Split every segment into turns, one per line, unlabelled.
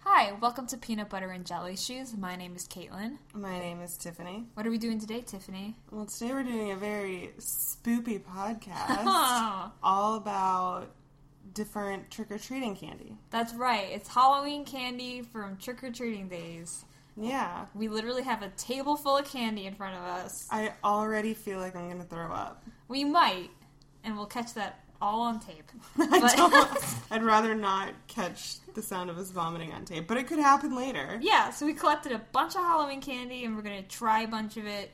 Hi, welcome to Peanut Butter and Jelly Shoes. My name is Caitlin.
My name is Tiffany.
What are we doing today, Tiffany?
Well, today we're doing a very spoopy podcast
Oh,
all about different trick or treating candy.
that's right. It's Halloween candy from trick or treating days.
Yeah.
We literally have a table full of candy in front of us.
I already feel like I'm going to throw up.
We might, and we'll catch that all on tape.
I don't, I'd rather not catch the sound of us vomiting on tape, but it could happen later.
yeah, so we collected a bunch of Halloween candy and we're going to try a bunch of it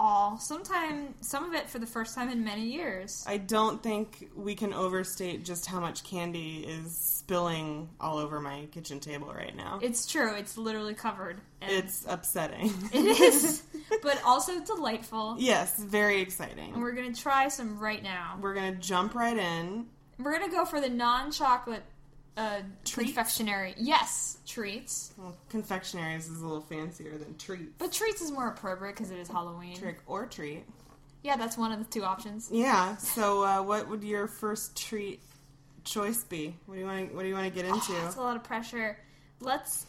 all. Sometime, some of it for the first time in many years.
I don't think we can overstate just how much candy is spilling all over my kitchen table right now.
It's true, it's literally covered. And
It's upsetting.
It is, but also delightful.
yes, very
And
exciting.
we're gonna try some right now.
We're going to jump right in
We're gonna go for the non-chocolate uh,
Treats?
confectionery. Yes, treats.
Well, confectionaries is a little fancier than treat.
But treats is more appropriate because it is Halloween.
Trick or treat.
Yeah, that's one of the two options.
Yeah. So, uh, what would your first treat choice be? What do you want? What do you want to get
That's a
into?
lot of pressure. Let's.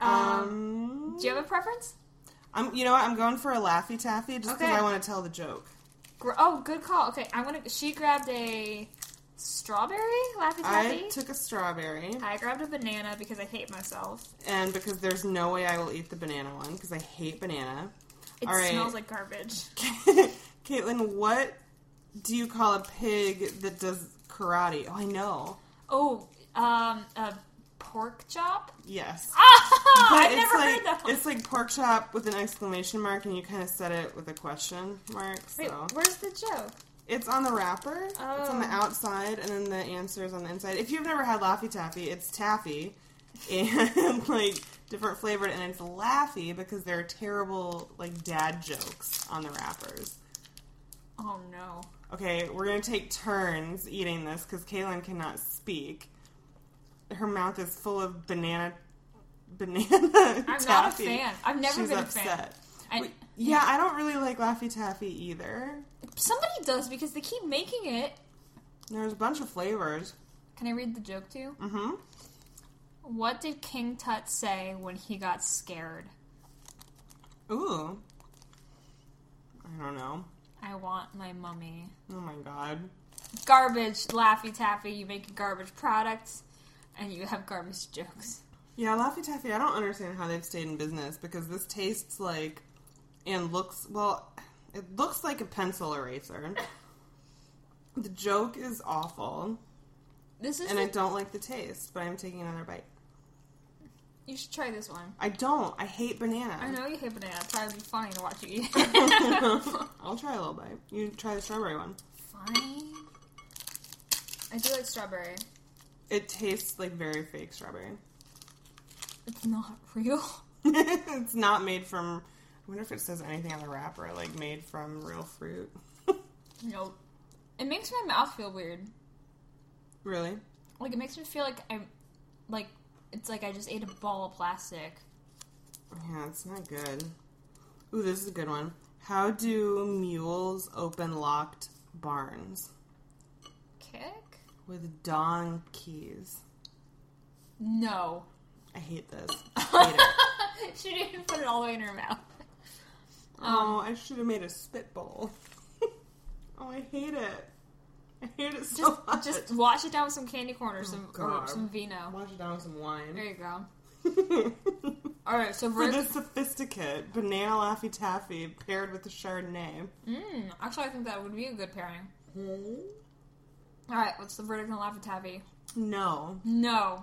Um,
Um,
do you have a preference?
I'm. You know what? I'm going for a Laffy Taffy just because
Okay.
I want to tell the joke.
Gr- oh, good call. Okay, I'm gonna. She grabbed a strawberry laffy taffy.
I took a strawberry,
I grabbed a banana because I hate myself.
and because there's no way I will eat the banana one because I hate banana.
It
All right.
smells like garbage.
Caitlin, what do you call a pig that does karate? Oh, I know.
Oh, um, a pork chop.
Yes. But
I've
it's
never
like,
heard that one.
It's like pork chop with an exclamation mark, and you kind of said it with a question mark. So
Wait, where's the joke?
it's on the wrapper. It's on the
Oh.
outside, and then the answer is on the inside. If you've never had Laffy Taffy, it's taffy, and like different flavored, and it's Laffy because there are terrible like dad jokes on the wrappers.
Oh no.
Okay, we're gonna take turns eating this because Kaylin cannot speak. Her mouth is full of banana. Banana. I'm
not a fan. I've never been a fan. I,
Wait, yeah, I don't really like Laffy Taffy either.
somebody does because they keep making it.
There's a bunch of flavors.
Can I read the joke to you?
Mm-hmm.
What did King Tut say when he got scared?
Ooh. I don't know.
I want my mummy.
Oh my god.
Garbage, Laffy Taffy, you make garbage products and you have garbage jokes.
Yeah, Laffy Taffy, I don't understand how they've stayed in business because this tastes like and looks well it looks like a pencil eraser. the joke is awful.
This is.
And
the-
I don't like the taste, but I'm taking another bite.
you should try this one.
I don't. I hate banana.
I know you hate banana. It's probably funny to watch you eat.
I'll try a little bite. You try the strawberry one.
Fine. I do like strawberry.
It tastes like very fake strawberry.
It's not real.
it's not made from. I wonder if it says anything on the wrapper, like made from real fruit.
Nope. It makes my mouth feel weird.
really?
Like it makes me feel like I'm like it's like I just ate a ball of plastic.
Yeah, it's not good. Ooh, this is a good one. How do mules open locked barns
Kick?
with donkeys?
No.
I hate this. I hate it.
she didn't even put it all the way in her mouth.
oh, I should have made a spit bowl. oh, I hate it. I hate it so
Just
much.
just wash it down with some candy corn or some or
Oh, God.
some vino.
wash it down with some
There
wine.
you go.
For
Alright, so we're
the sophisticate, banana laffy taffy paired with the Chardonnay.
mm, actually I think that would be a good pairing. Hmm? Alright, what's the verdict on Laffy Taffy?
No.
No.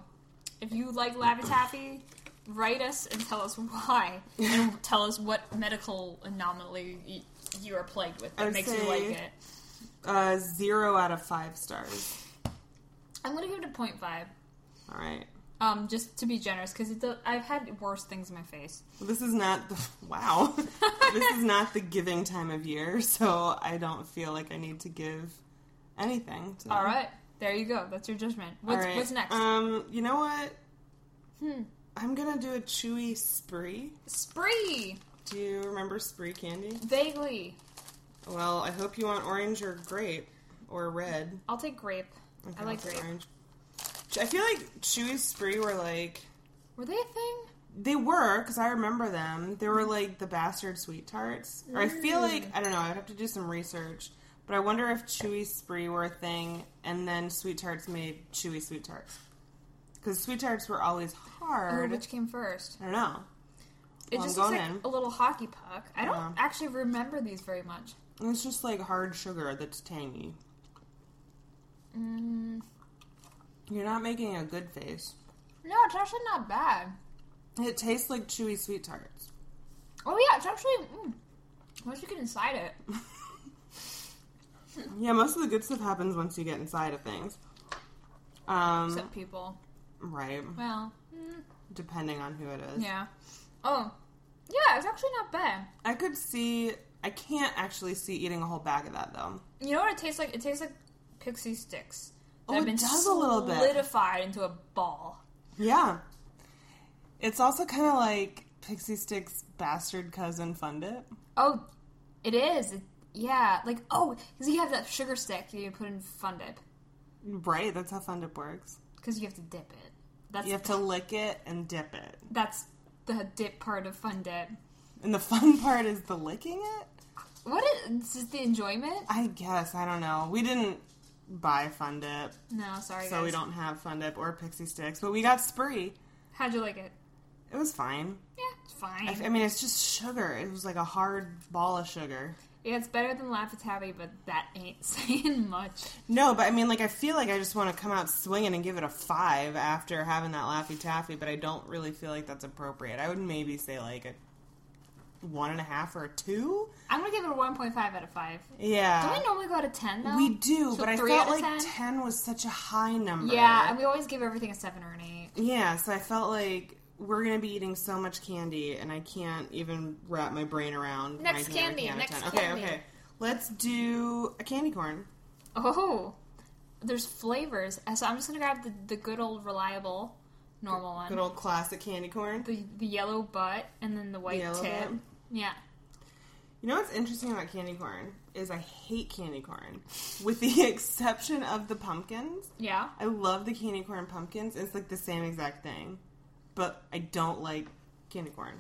If you like Laffy Taffy, write us and tell us why. And tell us what medical anomaly y- you are plagued with that
I'd
makes you
say-
like it.
Uh, zero out of five stars.
I'm gonna give it a point five,
All right.
um, just to be generous, because I've had worse things in my face.
This is not the wow. this is not the giving time of year, so I don't feel like I need to give anything. To them.
All right, there you go. That's your judgment. What's,
All right.
what's next? Hmm.
Um, you know what? I'm gonna do a chewy spree.
Spree,
Do you remember spree candy?
vaguely.
Well, I hope you want orange or grape or red.
I'll take grape.
Okay,
I like
I'll take
grape.
orange. Ch- I feel like chewy spree were like
Were they a thing?
They were, because I remember them. They
Mm-hmm.
were like the bastard sweet tarts. Or I
Mm.
feel like, I don't know, I'd have to do some research. But I wonder if Chewy Spree were a thing and then Sweet Tarts made Chewy Sweet Tarts. Because Sweet Tarts were always
Or
hard.
Oh, which came first?
I don't know.
It
Well,
just looks
I'm going
like
in.
a
Uh-huh.
little hockey puck. I don't
Yeah.
actually remember these very much.
It's just like hard sugar that's tangy.
Mm,
You're not making a good face.
no, it's actually not bad.
It tastes like chewy sweet tarts.
Oh yeah, it's actually. Mm, once you get inside it,
Yeah, most of the good stuff happens once you get inside of things. Um,
some people.
right,
Well, mm,
depending on who it is.
yeah. Oh, yeah, it's actually not bad.
I could see. I can't actually see eating a whole bag of that though.
You know what it tastes like? It tastes like pixie sticks that
Oh,
have
it
been
does a little bit.
solidified into a ball.
Yeah, it's also kind of like Pixie Sticks' bastard cousin Fund It.
Oh, it is. It, yeah, like oh, because you have that sugar stick you put in fun dip
Right, that's how Fund It works.
because you have to dip it. That's
You have to lick it and dip it,
that's the dip part of fun dip.
and the fun part is the licking it.
What is it's just the enjoyment?
I guess I don't know. We didn't buy Fun Dip,
No, sorry,
so
guys.
we don't have Fun Dip or Pixie Sticks, but we got Spree.
How'd you like it?
It was fine.
Yeah, it's fine.
I, I mean, it's just sugar. It was like a hard ball of sugar.
yeah, it's better than Laffy Taffy, but that ain't saying much.
No, but I mean, like, I feel like I just want to come out swinging and give it a five after having that Laffy Taffy, but I don't really feel like that's appropriate. I would maybe say like a one and a half or a two.
I'm gonna give it a 1.5 out of 5. Don't
Yeah,
we normally go out of 10 though?
we do,
So
but I
three
felt
out of 10?
like ten was such a high number.
Yeah, and we always give everything a 7 or an 8.
Yeah, so I felt like we're gonna be eating so much candy, and I can't even wrap my brain around.
Next
ranking every
candy,
out of
next
10.
candy.
Okay, okay. Let's do a candy corn.
Oh, there's flavors. Uh, So I'm just gonna grab the, the good old reliable, normal one.
Good old classic candy corn.
the the yellow butt and then the white
Yellow
tip.
butt?
Yeah.
You know what's interesting about candy corn is I hate candy corn, with the exception of the pumpkins.
Yeah.
I love the candy corn pumpkins. It's like the same exact thing, but I don't like candy corn.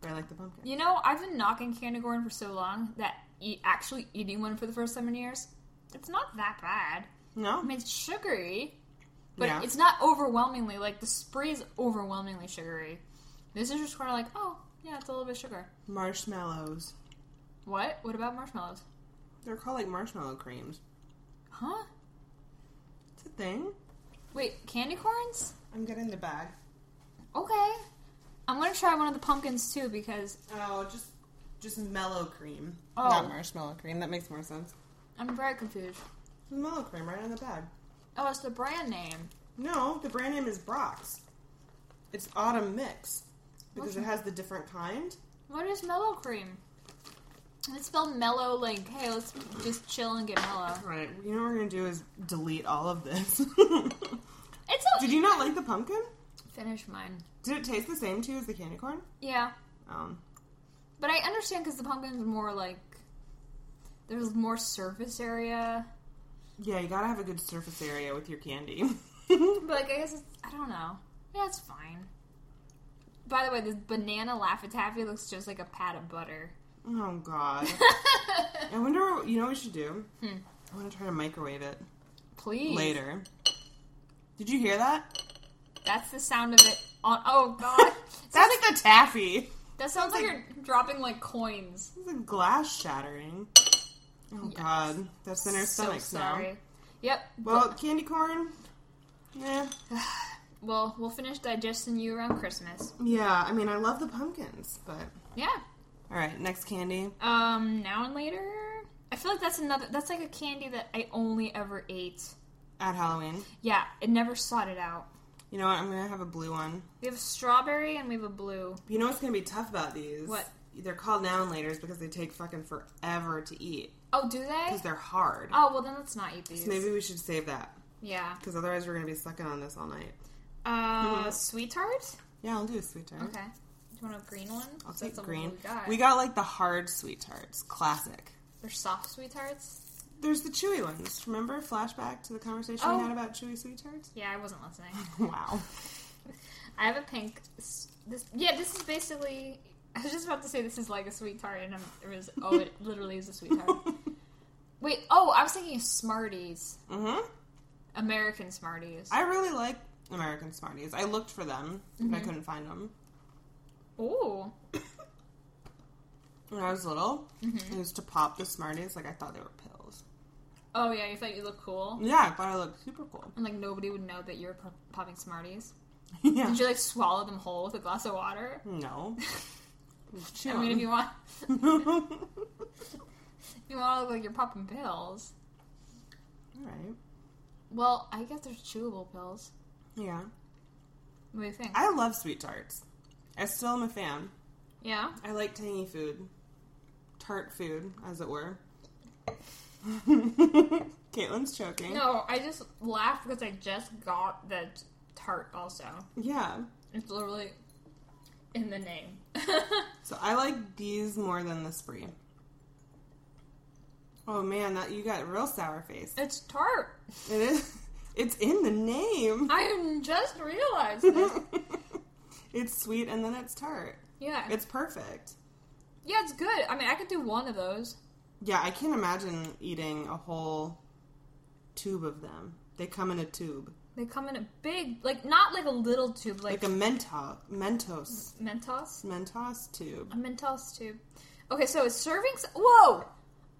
But I like the pumpkin.
You know, I've been knocking candy corn for so long that e- actually eating one for the first time in years, it's not that bad. I
No,
mean, it's sugary, but
Yeah.
it's not overwhelmingly like the spray is overwhelmingly sugary. This is just kind of like, oh, yeah, it's a little bit sugar.
marshmallows.
What? What about marshmallows?
They're called like marshmallow creams.
Huh?
It's a thing.
Wait, candy corns?
I'm getting the bag.
Okay. I'm gonna try one of the pumpkins too because
Oh, just just mellow cream.
Oh.
Not marshmallow cream. That makes more sense.
I'm very confused.
There's mellow cream right on the bag.
Oh, it's the brand name.
No, the brand name is Brock's. It's Autumn Mix because it has the different kind.
What is mellow cream? Let's spell mellow like, hey, let's just chill and get mellow.
Right. You know what we're gonna do is delete all of this.
It's okay.
Did you not like the pumpkin?
Finish mine.
Did it taste the same too as the candy corn?
Yeah.
Um,
But I understand because the pumpkin's more like. There's more surface area.
yeah, you gotta have a good surface area with your candy.
But like, I guess it's. I don't know. Yeah, it's fine. By the way, this banana Laffy Taffy looks just like a pat of butter.
Oh God! I wonder. You know what we should do?
Hmm.
I want to try to microwave it
Please.
later. Did you hear that?
That's the sound of it. On, oh, God.
That's the taffy.
that sounds like you're dropping, like, coins.
This is a glass shattering. Oh
Yes.
God! That's in our stomachs now.
Yep.
Well, candy corn. Yeah.
Well, we'll finish digesting you around Christmas.
Yeah. I mean, I love the pumpkins, but
Yeah.
all right. Next candy.
Um, now and later. I feel like that's another. That's like a candy that I only ever ate.
At Halloween.
Yeah, it never sought it out.
You know what? I'm gonna have a blue one.
We have a strawberry and we have a blue.
You know what's gonna be tough about these?
What?
They're called now and laters because they take fucking forever to eat
Oh, do they?
because they're hard.
Oh, well then let's not eat these.
So maybe we should save that
Yeah.
because otherwise we're gonna be sucking on this all night.
Uh, sweet tart.
Mm-hmm. Yeah, I'll do a sweet tart.
Okay. Do you want a green one?
I'll
'Cause
take
that's the one
green.
We got.
We got like the hard sweet tarts, classic.
They're soft sweet tarts.
There's the chewy ones. Remember flashback to the conversation
Oh.
we had about chewy sweet tarts?
Yeah, I wasn't listening.
Wow.
I have a pink. s- This, yeah, this is basically. I was just about to say this is like a sweet tart, and I'm, it was. Oh, it literally is a sweet tart. Wait. Oh, I was thinking of Smarties,
hmm
American Smarties.
I really like American Smarties. I looked for them, but I
Mm-hmm.
couldn't find them.
Ooh.
When I was little,
Mm-hmm.
it was to pop the Smarties. Like I thought they were pills.
Oh yeah, you thought you looked cool,
Yeah, I thought I looked super cool.
and like nobody would know that you were pop- popping Smarties.
yeah.
Did you like swallow them whole with a glass of water?
No.
I mean, if you want,
All
if you want to look like you're popping pills.
right.
Well, I guess there's chewable pills.
Yeah.
What do you think?
I love sweet tarts. I still am a fan.
yeah.
I like tangy food, tart food, as it were. Caitlin's choking.
No, I just laughed because I just got the t- tart also.
Yeah.
It's literally in the name.
So I like these more than the spree. Oh man, that you got real sour face.
it's tart.
It is. It's in the name.
I just realized this.
it's sweet and then it's tart.
Yeah.
It's perfect.
yeah, it's good. I mean, I could do one of those.
Yeah, I can't imagine eating a whole tube of them. They come in a tube,
They come in a big, like, not like a little tube, like,
like a Mentos, Mentos,
Mentos?
Mentos tube.
A Mentos tube. Okay, so a serving si- Whoa!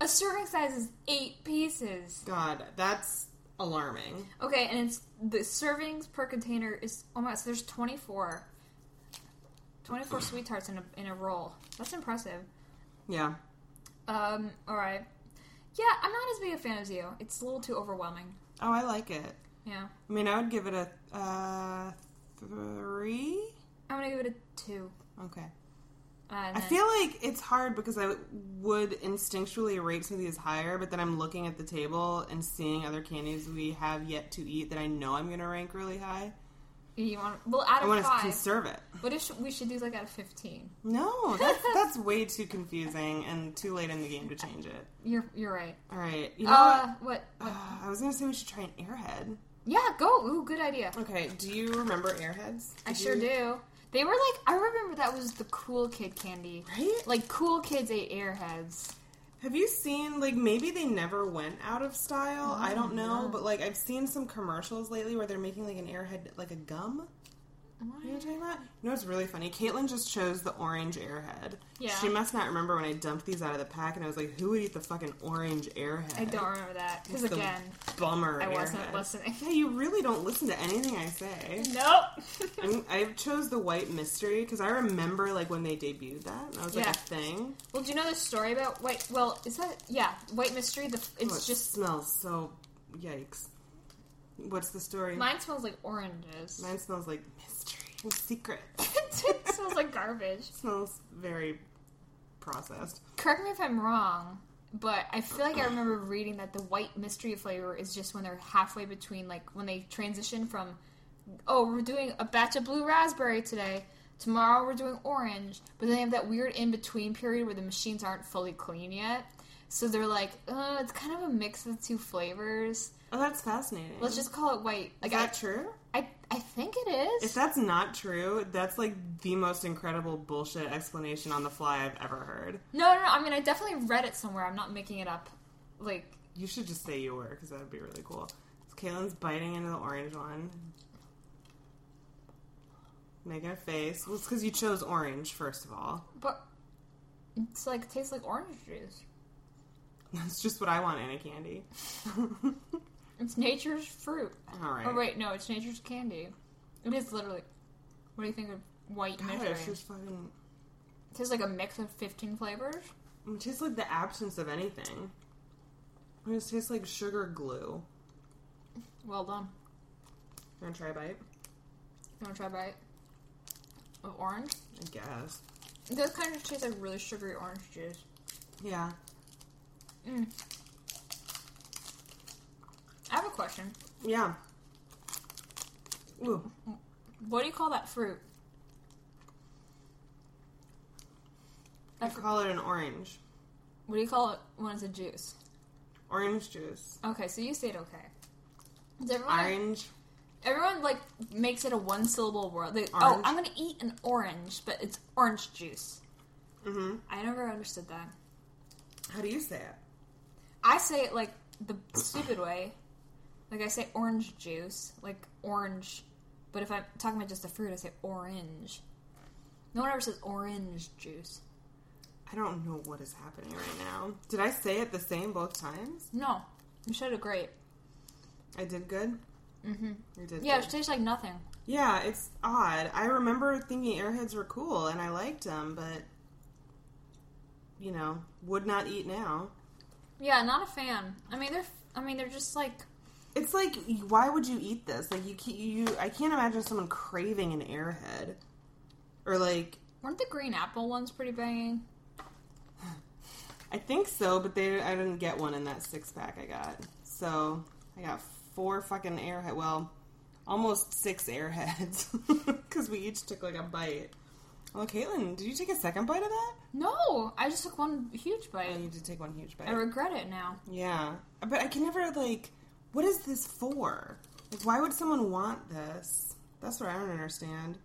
A serving size is eight pieces.
God, that's alarming.
Okay, and it's the servings per container is oh my gosh, there's 24. 24 sweet tarts in a, in a roll. That's impressive.
Yeah,
Um, alright. Yeah, I'm not as big a fan as you. It's a little too overwhelming.
Oh, I like it.
Yeah.
I mean, I would give it a uh, three.
I'm gonna give it a two. Uh,
Okay.
And
I
then-
feel like it's hard because I would instinctually rate some of these higher, but then I'm looking at the table and seeing other candies we have yet to eat that I know I'm going to rank really high.
you want well out
I
of
want to
five.
conserve it.
what if sh- we should do like out of fifteen?
No, that's, that's way too confusing and too late in the game to change it.
You're you're right.
All right. You know
Uh,
what?
what? what?
Uh, I was going to say we should try an airhead.
Yeah, go. Ooh, good idea.
Okay, do you remember airheads?
I sure
you-
do. They were like I remember that was the cool kid candy.
Right?
Like cool kids ate airheads.
Have you seen like maybe they never went out of
Oh,
style? I don't know, but like I've seen some commercials lately where they're making like an airhead like a gum. You know what I'm talking about? You know what's really funny? Caitlin just chose the orange airhead.
Yeah.
She must not remember when I dumped these out of the pack and I was like, who would eat the fucking orange airhead?
I don't remember that because
It's the
again,
bummer.
I wasn't
airhead.
listening.
Yeah, you really don't listen to anything I say.
Nope.
I'm, I chose the white mystery because I remember like when they debuted that. And I was like
Yeah.
a thing.
well, do you know the story about white? Well, is that yeah, white mystery? The it's
Oh, it
just
smells so yikes. What's the story?
mine smells like oranges.
Mine smells like mystery and secret.
it smells like garbage.
smells very processed.
Correct me if I'm wrong, but I feel like I remember reading that the white mystery flavor is just when they're halfway between, like when they transition from, oh, we're doing a batch of blue raspberry today. Tomorrow we're doing orange, but then they have that weird in between period where the machines aren't fully clean yet. So they're like, oh, it's kind of a mix of the two flavors.
Oh, that's fascinating.
Let's just call it white.
Is
Like
that true?
I, I, I think it is.
If that's not true, that's like the most incredible bullshit explanation on the fly I've ever heard.
no, no, no. I mean, I definitely read it somewhere. I'm not making it up. Like
You should just say you were, because that would be really cool. Caitlin's biting into the orange one. Making a face. Well, it's because you chose orange, first of all.
But it's like tastes like orange juice.
That's just what I want in a candy.
It's nature's fruit.
All right.
Oh wait, no, it's nature's candy. It is literally. What do you think of white
God,
mystery?
it's just fucking.
tastes like a mix of fifteen flavors.
It tastes like the absence of anything. It just tastes like sugar glue.
Well done.
You want to try a bite?
You want to try a bite of orange?
I guess.
It does kind of taste like really sugary orange juice.
Yeah.
Mm. I have a question.
Yeah. Ooh.
What do you call that fruit?
I call it an orange.
What do you call it when it's a juice?
Orange juice.
Okay, so you say it okay. Does everyone
Orange
Everyone like makes it a one syllable word. They, oh,
Orange?
I'm gonna eat an orange, but it's orange juice. Mm-hmm. I never understood that.
How do you say it?
I say it like the stupid way. Like I say orange juice, like orange. But if I'm talking about just a fruit, I say orange. No one ever says orange juice.
I don't know what is happening right now. Did I say it the same both times?
No, you should have great.
I did good. Mm-hmm. You did.
Yeah,
good.
it tastes like nothing.
Yeah, it's odd. I remember thinking airheads were cool and I liked them, but you know, would not eat now.
Yeah, not a fan. I mean, they're. I mean, they're just like.
It's like, why would you eat this? Like, you, ca- you, I can't imagine someone craving an airhead, or like,
Weren't the green apple ones pretty banging?
I think so, but they, I didn't get one in that six pack I got. So I got four fucking airhead. Well, almost six airheads because we each took like a bite. Well, Caitlin, did you take a second bite of that?
No, I just took one huge
I
bite.
need to take one huge bite.
I regret it now.
Yeah, but I can never like. What is this for? Like, why would someone want this? That's what I don't understand.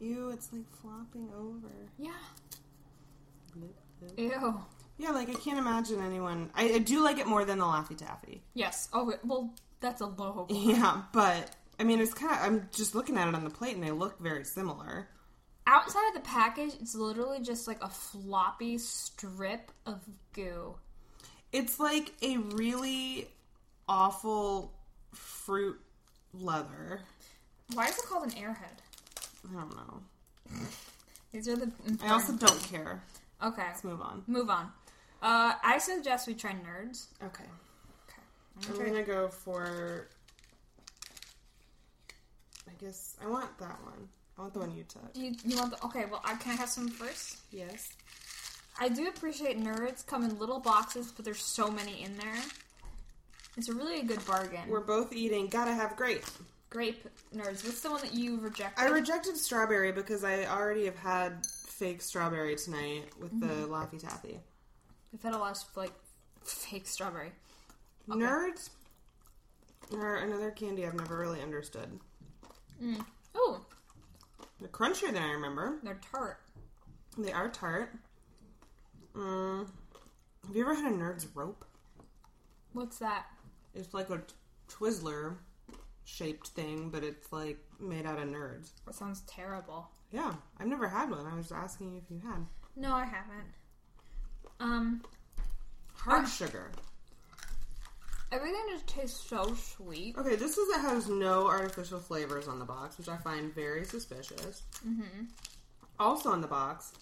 Ew, it's like flopping over.
Yeah. Ew.
Yeah, like I can't imagine anyone. I, I do like it more than the Laffy Taffy.
Yes. Oh wait, well, that's a low.
Yeah, but I mean, it's kind of. I'm just looking at it on the plate, and they look very similar.
Outside of the package, it's literally just like a floppy strip of goo.
It's like a really awful fruit leather.
Why is it called an airhead?
I don't know.
These are the.
I also don't care.
okay.
Let's move on.
Move on. Uh, I suggest we try nerds.
Okay.
Okay.
I'm gonna go for. I guess I want that one. I want the one you took.
You, you want the okay? Well, I, can I have some first?
Yes.
I do appreciate nerds come in little boxes, but there's so many in there. It's really a good bargain.
We're both eating. Gotta have grape.
grape nerds. What's the one that you rejected?
I rejected strawberry because I already have had fake strawberry tonight with the Laffy Taffy.
We've had a lot of like fake strawberry.
Nerds are another candy I've never really understood.
Oh,
They're crunchier than I remember.
they're tart.
They are tart. Mm. Have you ever had a Nerds rope?
What's that?
It's like a t- Twizzler shaped thing, but it's like made out of nerds.
That sounds terrible.
Yeah, I've never had one. I was asking you if you had
No, I haven't. Um,
hard sugar.
everything just tastes so sweet.
Okay, this is it has no artificial flavors on the box, which I find very suspicious. Mm-hmm. Also on the box,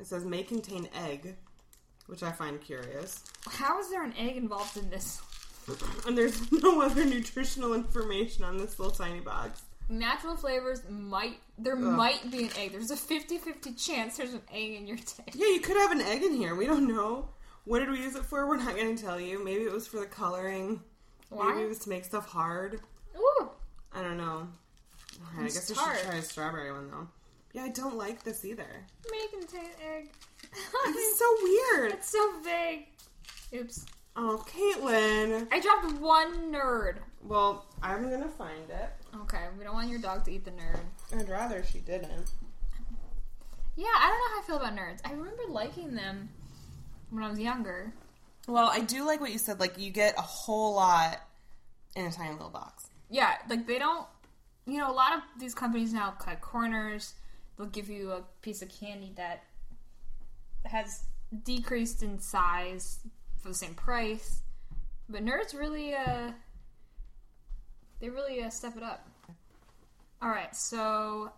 it says may contain egg, which I find curious.
How is there an egg involved in this?
And there's no other nutritional information on this little tiny box.
Natural flavors might there might be an egg. There's a 50-50 chance there's an egg in your taste.
Yeah, you could have an egg in here. We don't know. What did we use it for? We're not going to tell you. Maybe it was for the coloring. Maybe it
Why?
was to make stuff hard.
Ooh.
I don't know. Alright, I
It's
guess I
tart.
should try a strawberry one though. Yeah, I don't like this either.
May contain egg.
It's so weird.
That's so vague. Oops.
Oh, Caitlin.
I dropped one nerd.
Well, I'm gonna find it.
Okay, we don't want your dog to eat the nerd.
I'd rather she didn't.
Yeah, I don't know how I feel about nerds. I remember liking them when I was younger.
Well, I do like what you said. Like, you get a whole lot in a tiny little box.
Yeah, like they don't. You know, a lot of these companies now cut corners. They'll give you a piece of candy that has decreased in size for the same price. But nerds really, uh, they really uh, step it up. All right, so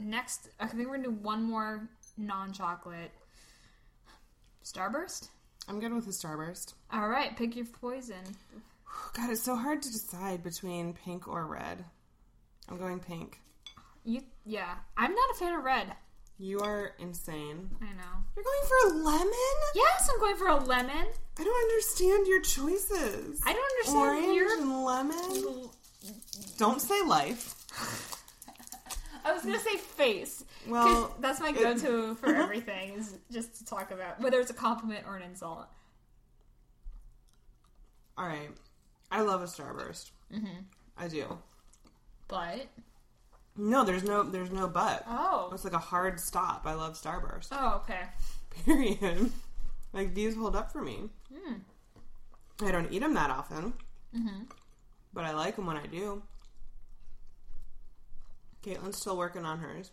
next, I think we're gonna do one more non-chocolate. Starburst.
I'm good with the Starburst. Oh,
All right, pick your poison.
God, it's so hard to decide between pink or red. I'm going pink.
You, yeah, I'm not a fan of red.
You are insane.
I know.
You're going for a lemon?
Yes, I'm going for a lemon.
I don't understand your choices.
I don't understand
Orange
your.
and lemon. Don't say life.
I was gonna say face. 'cause
Well,
that's my go-to for everything is just to talk about whether it's a compliment or an insult.
All right. I love a starburst. Mm-hmm. I do.
But
No, there's no there's no but.
oh,
It's like a hard stop. I love Starburst.
oh okay.
Period. Like these hold up for me. I don't eat them that often,
Hmm. Mm-hmm.
but I like them when I do. Caitlin's still working on hers.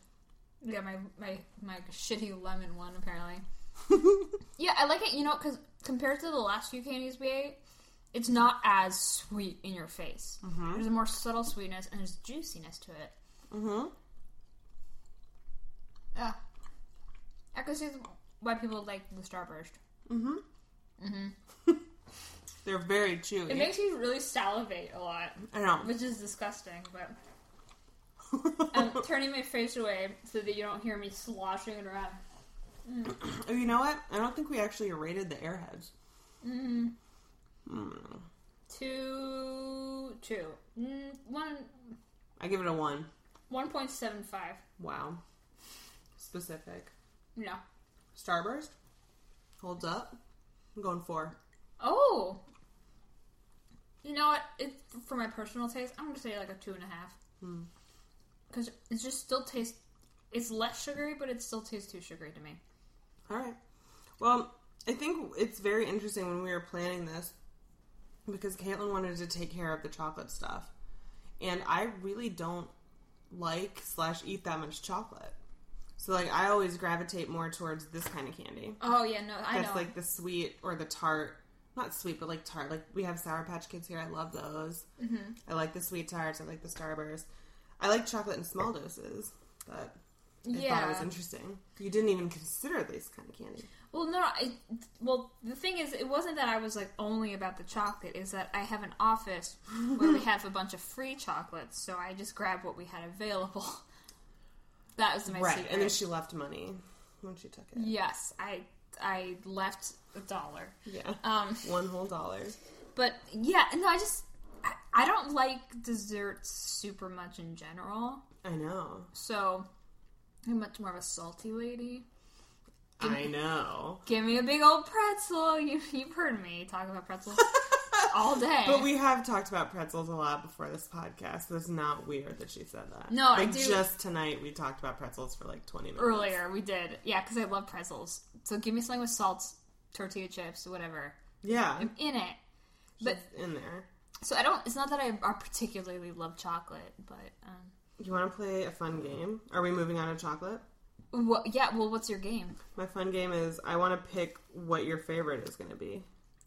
Yeah, my my my shitty lemon one apparently. yeah, I like it. You know, because compared to the last few candies we ate, it's not as sweet in your face. There's a more subtle sweetness and there's juiciness to it.
Mm-hmm.
Yeah, I can see why people like the starburst.
Mm-hmm.
Mm-hmm.
They're very
It
chewy.
makes you really salivate a lot,
I know.
which is disgusting. But I'm turning my face away so that you don't hear me sloshing it around.
oh, you know what? I don't think we actually rated the airheads.
Mm-hmm.
Hmm.
Two, two, mm, one,
I give it a one.
one point seven five.
Wow. Specific.
No.
Starburst holds up. I'm going four.
Oh. You know what? It, for my personal taste, I'm gonna say like a two and a half.
Hmm.
Because it just still tastes. It's less sugary, but it still tastes too sugary to me.
All right. Well, I think it's very interesting when we were planning this because Caitlin wanted to take care of the chocolate stuff, and I really don't like slash eat that much chocolate. So like I always gravitate more towards this kind of candy.
Oh yeah, no, I
That's
know.
like the sweet or the tart. Not sweet, but like tart. Like we have Sour Patch Kids here. I love those.
mm-hmm.
I like the sweet tarts. I like the Starburst. I like chocolate in small doses, but I thought it was
Yeah.
interesting. You didn't even consider this kind of candy.
Well, no, I. Well, the thing is, it wasn't that I was like only about the chocolate. Is that I have an office where we have a bunch of free chocolates, so I just grabbed what we had available. That was my secret.
And then she left money when she took it.
yes, I I left a dollar.
Yeah.
Um.
One whole dollar.
But yeah, no, I just I, I don't like desserts super much in general.
I know.
So I'm much more of a salty lady.
I know.
Give me a big old pretzel. You you've heard me talk about pretzels all day.
But we have talked about pretzels a lot before this podcast. So it's not weird that she said that.
No, I
like
do-
just tonight we talked about pretzels for like twenty minutes.
Earlier we did, yeah, because I love pretzels. So give me something with salt, tortilla chips, whatever.
Yeah,
I'm in it.
but
But
in there.
so I don't. It's not that I I particularly love chocolate, but um,
You want to play a fun game? Are we moving on to chocolate?
well, yeah. Well, what's your game?
My fun game is I want to pick what your favorite is going to be.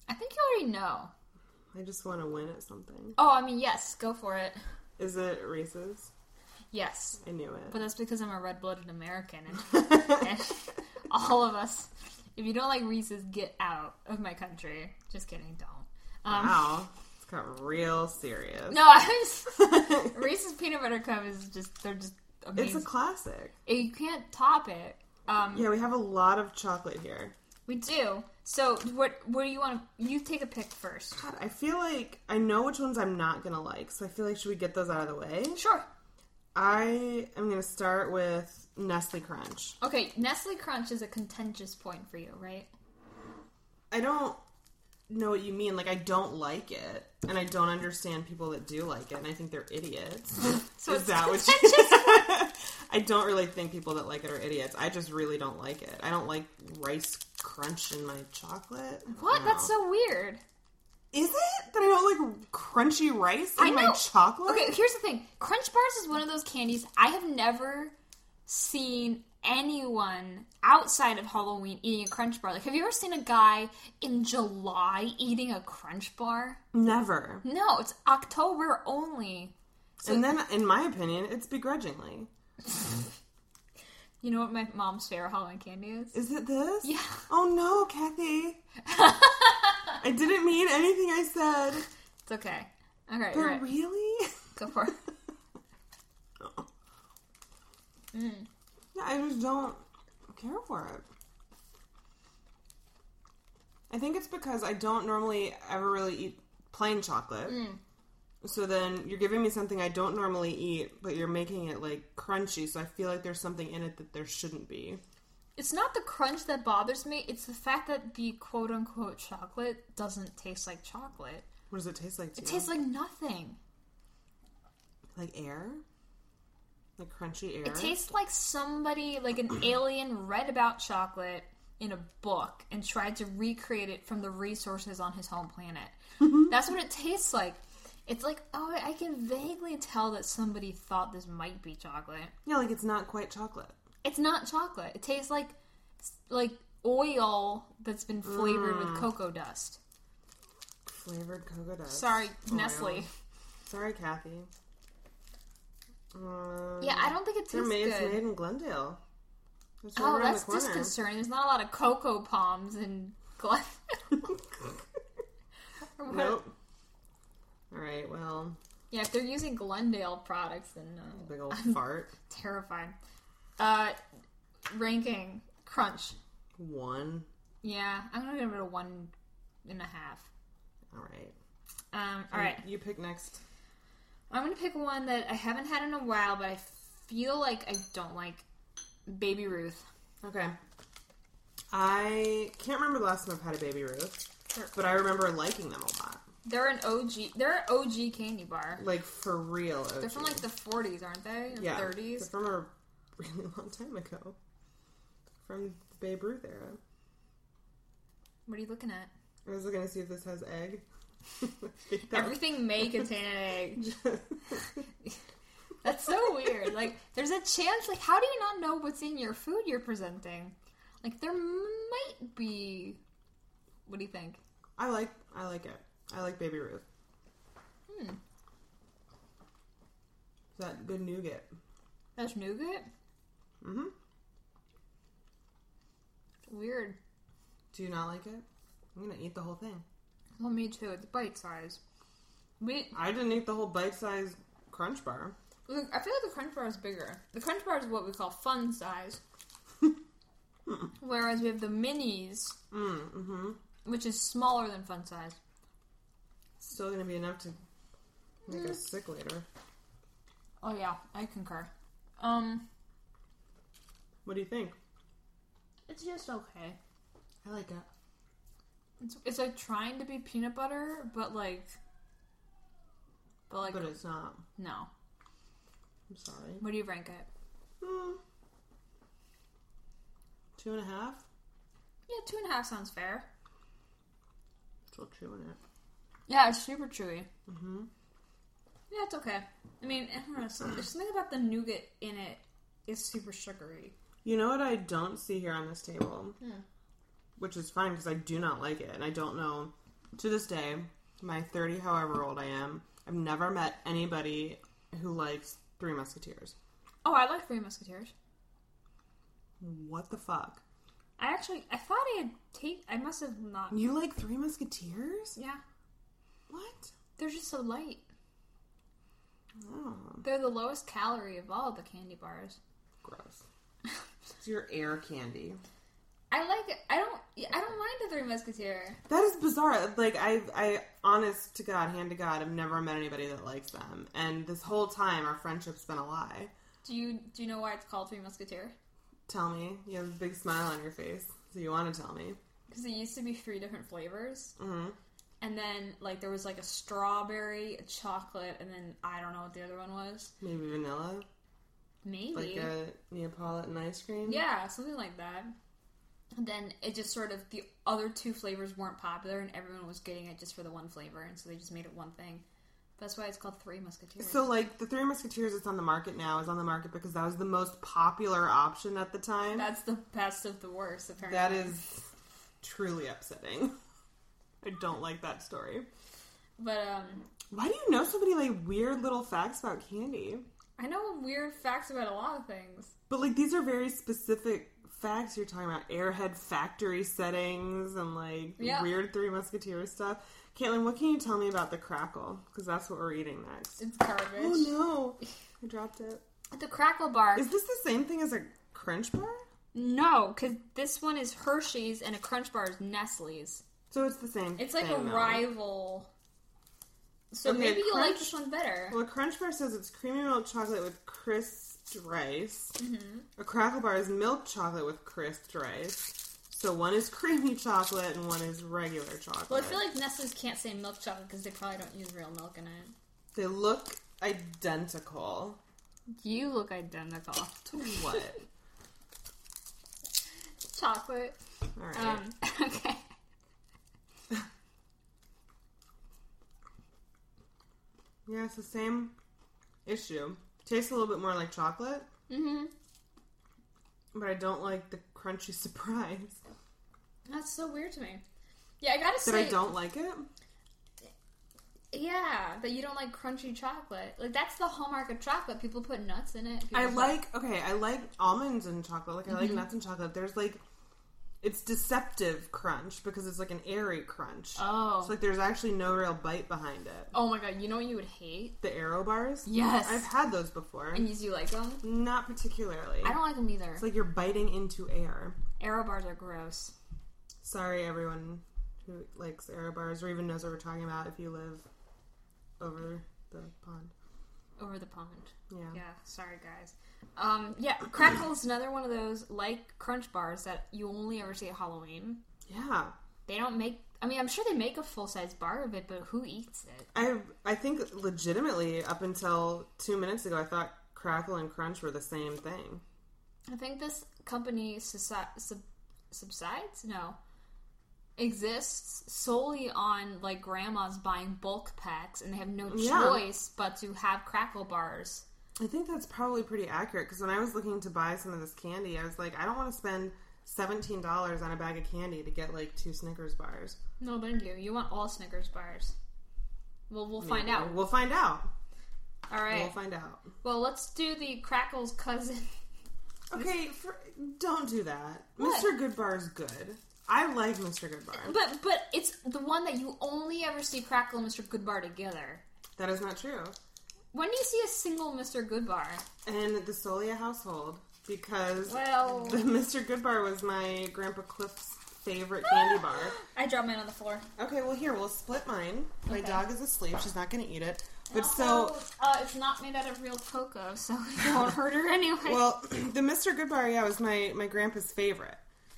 I think you already know.
I just want to win at something.
Oh, I mean, yes, go for it.
Is it Reese's?
Yes,
I knew
But
it.
that's because I'm a red blooded American, and, and all of us. If you don't like Reese's, get out of my country. Just kidding, don't. Um,
wow, it's got real serious.
No, I just, Reese's peanut butter cup is just they're just
It's
amazing.
a classic.
you can't top it. Um,
Yeah, we have a lot of chocolate here.
we do. So what? What do you want? to... You take a pick first.
God, I feel like I know which ones I'm not gonna like, so I feel like should we get those out of the way?
Sure.
I am gonna start with Nestle Crunch.
Okay. Nestle Crunch is a contentious point for you, right?
I don't know what you mean. Like I don't like it, and I don't understand people that do like it, and I think they're idiots.
So
Is
it's
that what you?
contentious.
I don't really think people that like it are idiots. I just really don't like it. I don't like rice crunch in my chocolate. I don't
what?
know.
That's so weird.
Is it that I don't like crunchy rice in
I
my
know.
chocolate?
Okay, here's the thing. Crunch bars is one of those candies I have never seen anyone outside of Halloween eating a crunch bar. Like, have you ever seen a guy in July eating a crunch bar?
Never.
No, it's October only.
And then, in my opinion, it's begrudgingly.
You know what my mom's favorite Halloween candy is?
Is it this?
Yeah.
Oh no, Kathy. I didn't mean anything I said.
It's okay. All right,
But
all right.
really?
Go for it.
Yeah, I just don't care for it. I think it's because I don't normally ever really eat plain chocolate.
Mm.
So then you're giving me something I don't normally eat, but you're making it like crunchy, so I feel like there's something in it that there shouldn't be.
It's not the crunch that bothers me. It's the fact that the quote unquote chocolate doesn't taste like chocolate.
What does it taste like to
It
you?
tastes like nothing.
like air, like crunchy air.
It tastes like somebody, like an alien, read about chocolate in a book and tried to recreate it from the resources on his home planet.
Mm-hmm.
That's what it tastes like. It's like, oh, I can vaguely tell that somebody thought this might be chocolate.
yeah, like it's not quite chocolate.
It's not chocolate. It tastes like like oil that's been flavored
Mm.
with cocoa dust.
Flavored cocoa dust.
Sorry, Nestle.
Sorry, Kathy. Um,
Yeah, I don't think it
they're
tastes
made, it's
good.
made in Glendale. It's right
Oh,
around the
that's
corner.
disconcerting. There's not a lot of cocoa palms in Glen.
Nope. All right, well,
Yeah, if they're using Glendale products, then uh,
big old fart.
terrified. Uh, ranking crunch.
One.
Yeah, I'm gonna give it a one and a half.
All right.
Um, all right,
You pick next.
I'm gonna pick one that I haven't had in a while, but I feel like I don't like. Baby Ruth.
Okay. I can't remember the last time I've had a Baby Ruth, but I remember liking them a lot.
They're an OG. They're an OG candy bar.
Like, for real.
They're from like the 40s, aren't they? Or 30s.
They're from a really long time ago. From the Babe Ruth era.
What are you looking at?
I was looking to see if this has egg.
Everything may contain an egg. That's so weird. Like, there's a chance. Like, how do you not know what's in your food you're presenting? Like, there might be. What do you think?
I like I like it. I like Baby Ruth. Hmm. That good nougat.
That's nougat.
Mhm.
Weird.
Do you not like it? I'm gonna eat the whole thing.
Well, me too. It's bite size. We.
I didn't eat the whole bite-sized crunch bar.
Look, I feel like the crunch bar is bigger. The crunch bar is what we call fun size, whereas we have the minis,
Mm,
Mm-hmm.
hmm
which is smaller than fun size.
Still gonna be enough to make us sick later.
Oh yeah, I concur. Um,
What do you think?
it's just okay.
I like it.
It's, it's like trying to be peanut butter, but like, but like
But it's not.
no.
I'm sorry.
What do you rank it?
Mm. Two and a half?
Yeah, two and a half sounds fair.
Still chewing it.
Yeah, it's super chewy.
Mm-hmm.
Yeah, it's okay. I mean, I don't know. some- There's something about the nougat in it is super sugary.
You know what I don't see here on this table, which is fine because I do not like it, and I don't know. To this day, my thirty, however old I am, I've never met anybody who likes Three Musketeers.
Oh, I like Three Musketeers.
What the fuck?
I actually, I thought I had take. I must have not.
You like Three Musketeers?
Yeah,
What?
they're just so light.
Oh,
They're the lowest calorie of all the candy bars.
gross. it's your air candy.
I like. it. I don't. I don't mind the Three Musketeer.
That is bizarre. Like I, I honest to God, hand to God, I've never met anybody that likes them. And this whole time, our friendship's been a lie.
Do you do you know why it's called Three Musketeer?
Tell me, you have a big smile on your face, so you want to tell me?
Because it used to be three different flavors,
Mm-hmm.
and then like there was like a strawberry, a chocolate, and then I don't know what the other one was.
Maybe vanilla,
Maybe.
like a Neapolitan ice cream.
Yeah, something like that. And then it just sort of the other two flavors weren't popular, and everyone was getting it just for the one flavor, and so they just made it one thing. That's why it's called Three Musketeers.
So like the Three Musketeers that's on the market now is on the market because that was the most popular option at the time.
that's the best of the worst, apparently.
that is truly upsetting. I don't like that story.
But um,
Why do you know so many like weird little facts about candy?
I know weird facts about a lot of things.
But like these are very specific facts you're talking about airhead factory settings and like
Yeah.
weird three musketeers stuff. Caitlin, what can you tell me about the crackle? Because that's what we're eating next.
It's garbage.
Oh no. I dropped it.
The Crackle Bar.
Is this the same thing as a crunch bar?
No, because this one is Hershey's and a Crunch Bar is Nestle's.
So it's the same.
It's like a
thing, though.
rival. So
Okay,
maybe you'll like
Crunch-
this one better.
Well, a crunch bar says it's creamy milk chocolate with crisped rice.
Mm-hmm.
A crackle bar is milk chocolate with crisped rice. So one is creamy chocolate and one is regular chocolate.
Well, I feel like Nestle's can't say milk chocolate because they probably don't use real milk in it.
They look identical.
You look identical.
To what?
Chocolate.
All right.
Um, okay.
yeah, it's the same issue. Tastes a little bit more like chocolate,
Mm-hmm.
but I don't like the crunchy surprise.
That's so weird to me. Yeah, I gotta
That
say.
I don't like it.
Yeah, that you don't like crunchy chocolate. Like that's the hallmark of chocolate. People put nuts in it. People Mm-hmm.
I
put-
like okay, I like almonds and chocolate. Like I like nuts and chocolate. There's like it's deceptive crunch because it's like an airy crunch.
Oh.
It's like there's actually no real bite behind it.
oh my god, you know what you would hate?
The arrow bars?
Yes.
I've had those before.
And you, you like them?
Not particularly.
I don't like them either.
It's like you're biting into air.
Arrow bars are gross.
Sorry everyone who likes arrow bars or even knows what we're talking about if you live over the pond.
Over the pond.
Yeah.
Yeah, sorry guys. Um, yeah, crackles another one of those like crunch bars that you only ever see at Halloween.
Yeah.
They don't make. I mean, I'm sure they make a full size bar of it, but who eats it?
I I think legitimately up until 2 minutes ago I thought crackle and crunch were the same thing.
I think this company subsi- sub- subsides? No. Exists solely on like grandmas buying bulk packs and they have no
Yeah.
choice but to have crackle bars.
I think that's probably pretty accurate because when I was looking to buy some of this candy, I was like, I don't want to spend seventeen dollars on a bag of candy to get like two Snickers bars.
No, thank you. You want all Snickers bars. Well, we'll find out.
We'll find out.
All right.
We'll find out.
Well, let's do the crackles cousin.
Okay, for, don't do that.
What?
Mr. Goodbar is good. I like Mr. Goodbar.
But but it's the one that you only ever see Crackle and Mr. Goodbar together.
That is not true.
When do you see a single Mr. Goodbar?
And the Solia household because
Well,
the Mr. Goodbar was my Grandpa Cliff's favorite candy bar.
I dropped mine on the floor.
Okay, well here we'll split mine. My
Okay.
dog is asleep; she's not going to eat it. But so
Also, uh, it's not made out of real cocoa, so it won't hurt her anyway.
Well, the Mr. Goodbar, yeah, was my my grandpa's favorite.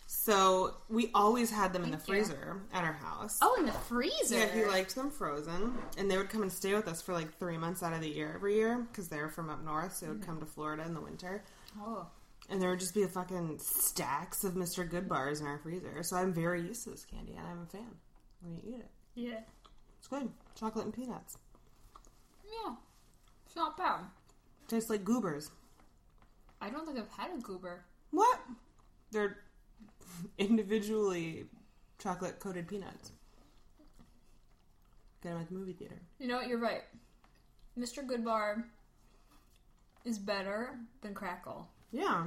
So we always had them in the
Thank you.
freezer at our house.
oh, in the freezer.
yeah, he liked them frozen, and they would come and stay with us for like three months out of the year every year because they're from up north. So they would come to Florida in the winter,
Oh.
and there would just be a fucking stacks of Mr. Goodbars in our freezer. So I'm very used to this candy, and I'm a fan. I'm gonna eat it.
Yeah.
It's good. Chocolate and peanuts.
Yeah. It's not bad.
Tastes like goobers.
I don't think I've had a goober.
What? They're individually chocolate coated peanuts. Get them at the movie theater.
You know what? You're right. Mr. Goodbar is better than Crackle.
Yeah.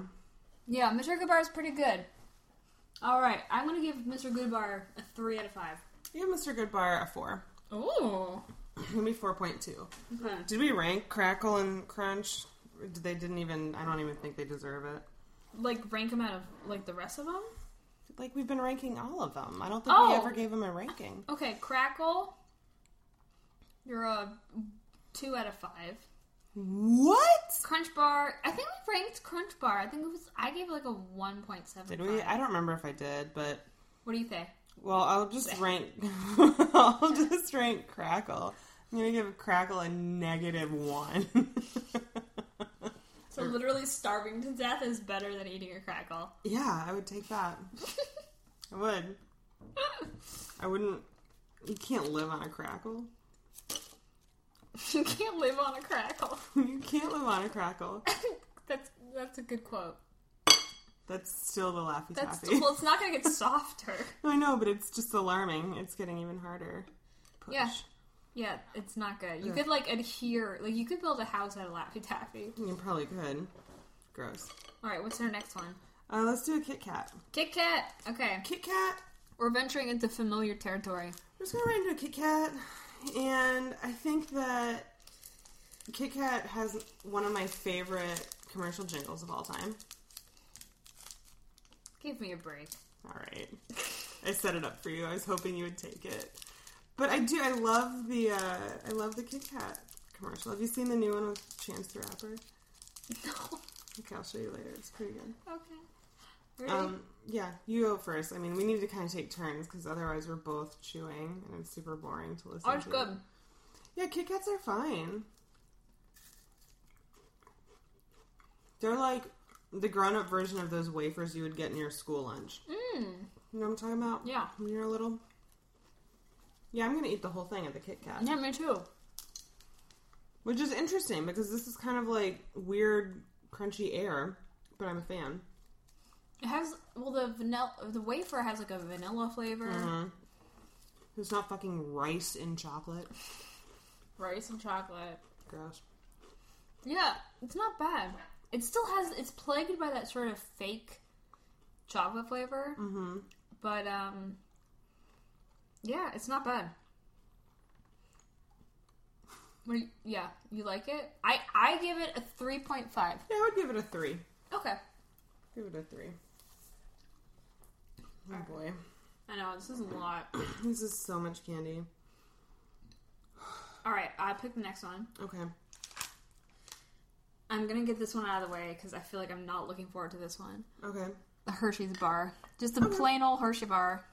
Yeah, Mr. Goodbar is pretty good. All right, I'm gonna give Mr. Goodbar a three out of five.
Give Mr. Goodbar a four.
Ooh.
Give me four point two.
Okay.
Did we rank Crackle and Crunch? Or did They didn't even. I don't even think they deserve it.
Like rank them out of like the rest of them.
Like we've been ranking all of them. I don't think we
Oh.
ever gave them a ranking.
Okay, Crackle. You're a two out of five.
What?
Crunch Bar. I think we ranked Crunch Bar. I think it was. I gave like a one point seven.
Did we? I don't remember if I did, but
What do you think?
Well, I'll just rank. I'll just rank Crackle. I'm gonna give Crackle a negative one.
So literally starving to death is better than eating a crackle.
yeah, I would take that. I would. I wouldn't. You can't live on a crackle.
you can't live on a crackle.
You can't live on a crackle.
that's that's a good quote.
That's still the laffy
That's
taffy.
well, it's not gonna get softer.
I know, but it's just alarming. It's getting even harder. Push.
Yeah. Yeah, it's not good. You
Yeah.
could like adhere, like you could build a house out of Laffy Taffy.
You probably could. Gross.
All right, what's our next one?
Uh, let's do a Kit Kat.
Kit Kat. Okay,
Kit Kat.
we're venturing into familiar territory.
I'm just gonna write into a Kit Kat, and I think that Kit Kat has one of my favorite commercial jingles of all time.
Give me a break.
All right, I set it up for you. I was hoping you would take it, but I do. I love the uh, I love the Kit Kat commercial. Have you seen the new one with Chance the Rapper?
No.
Okay, I'll show you later. It's pretty good.
Okay. Ready?
Um, yeah, you go first. I mean, we need to kind of take turns because otherwise we're both chewing, and it's super boring to listen
oh, it's
to.
good.
Yeah, Kit Kats are fine. They're like the grown up version of those wafers you would get in your school lunch.
Mm.
You know what I'm talking about?
Yeah.
When you're a little. Yeah, I'm gonna eat the whole thing of the Kit Kat.
Yeah, me too.
Which is interesting because this is kind of like weird, crunchy air, but I'm a fan.
It has well the vanilla the wafer has like a vanilla flavor,
Uh, It's not fucking rice in chocolate.
rice and chocolate.
Gross.
Yeah, it's not bad. It still has it's plagued by that sort of fake chocolate flavor, mm-hmm. but um, yeah, it's not bad. What do you- yeah, you like it? I I give it a three point five.
Yeah, I would give it a three.
Okay,
Give it a three. Oh boy.
I know this is a lot.
This is so much candy.
All right, I'll pick the next one.
Okay.
I'm gonna get this one out of the way because I feel like I'm not looking forward to this one.
Okay.
A Hershey's bar, just a plain old Hershey bar.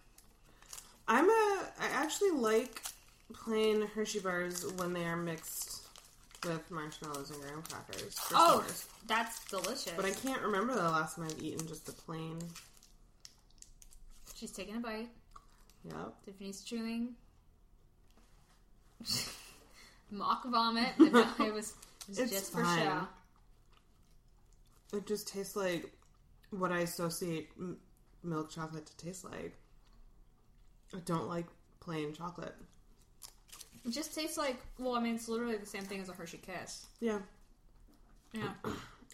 I'm a. I actually like plain Hershey bars when they are mixed with marshmallows and graham crackers. Or
Oh,
s'mores.
that's delicious.
But I can't remember the last time I've eaten just the plain.
She's taking a bite.
Yep.
Tiffany's chewing. Mock vomit. But no, it was, it was
It's
just for
fine.
show.
It just tastes like what I associate m- milk chocolate to taste like. I don't like plain chocolate.
It just tastes like, well, I mean, it's literally the same thing as a Hershey Kiss.
Yeah.
Yeah.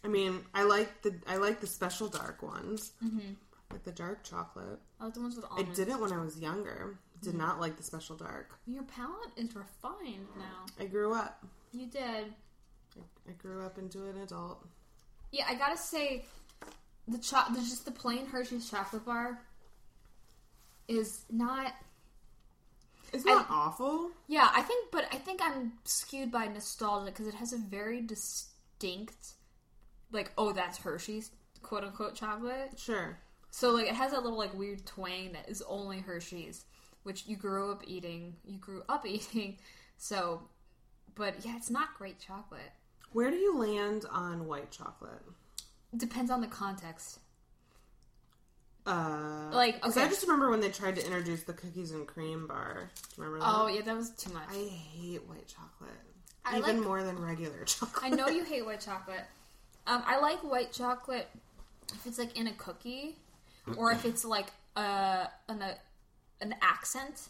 I mean, I like the I like the special dark ones, mm-hmm. like the dark chocolate.
I like the ones with
I
almonds. Mm-hmm.
didn't when I was younger. Did not like the special dark.
Your palate is refined now.
I grew up.
You did.
I, I grew up into an adult.
Yeah, I gotta say, the cho- there's just the plain Hershey's chocolate bar is not
It's
I-
not awful.
Yeah, I think, but I think I'm skewed by nostalgia because it has a very distinct, like, oh, that's Hershey's quote unquote chocolate.
Sure.
So, like, it has that little, like, weird twang that is only Hershey's, which you grew up eating. You grew up eating. So, but yeah, it's not great chocolate.
Where do you land on white chocolate?
depends on the context.
Uh,
Like,
'cause
okay.
I just remember when they tried to introduce the cookies and cream bar. Do you remember that?
Oh, yeah, that was too much.
I hate white chocolate.
I
Even
like-
more than regular chocolate.
I know you hate white chocolate. Um, I like white chocolate if it's like in a cookie, or if it's like a an a, an accent.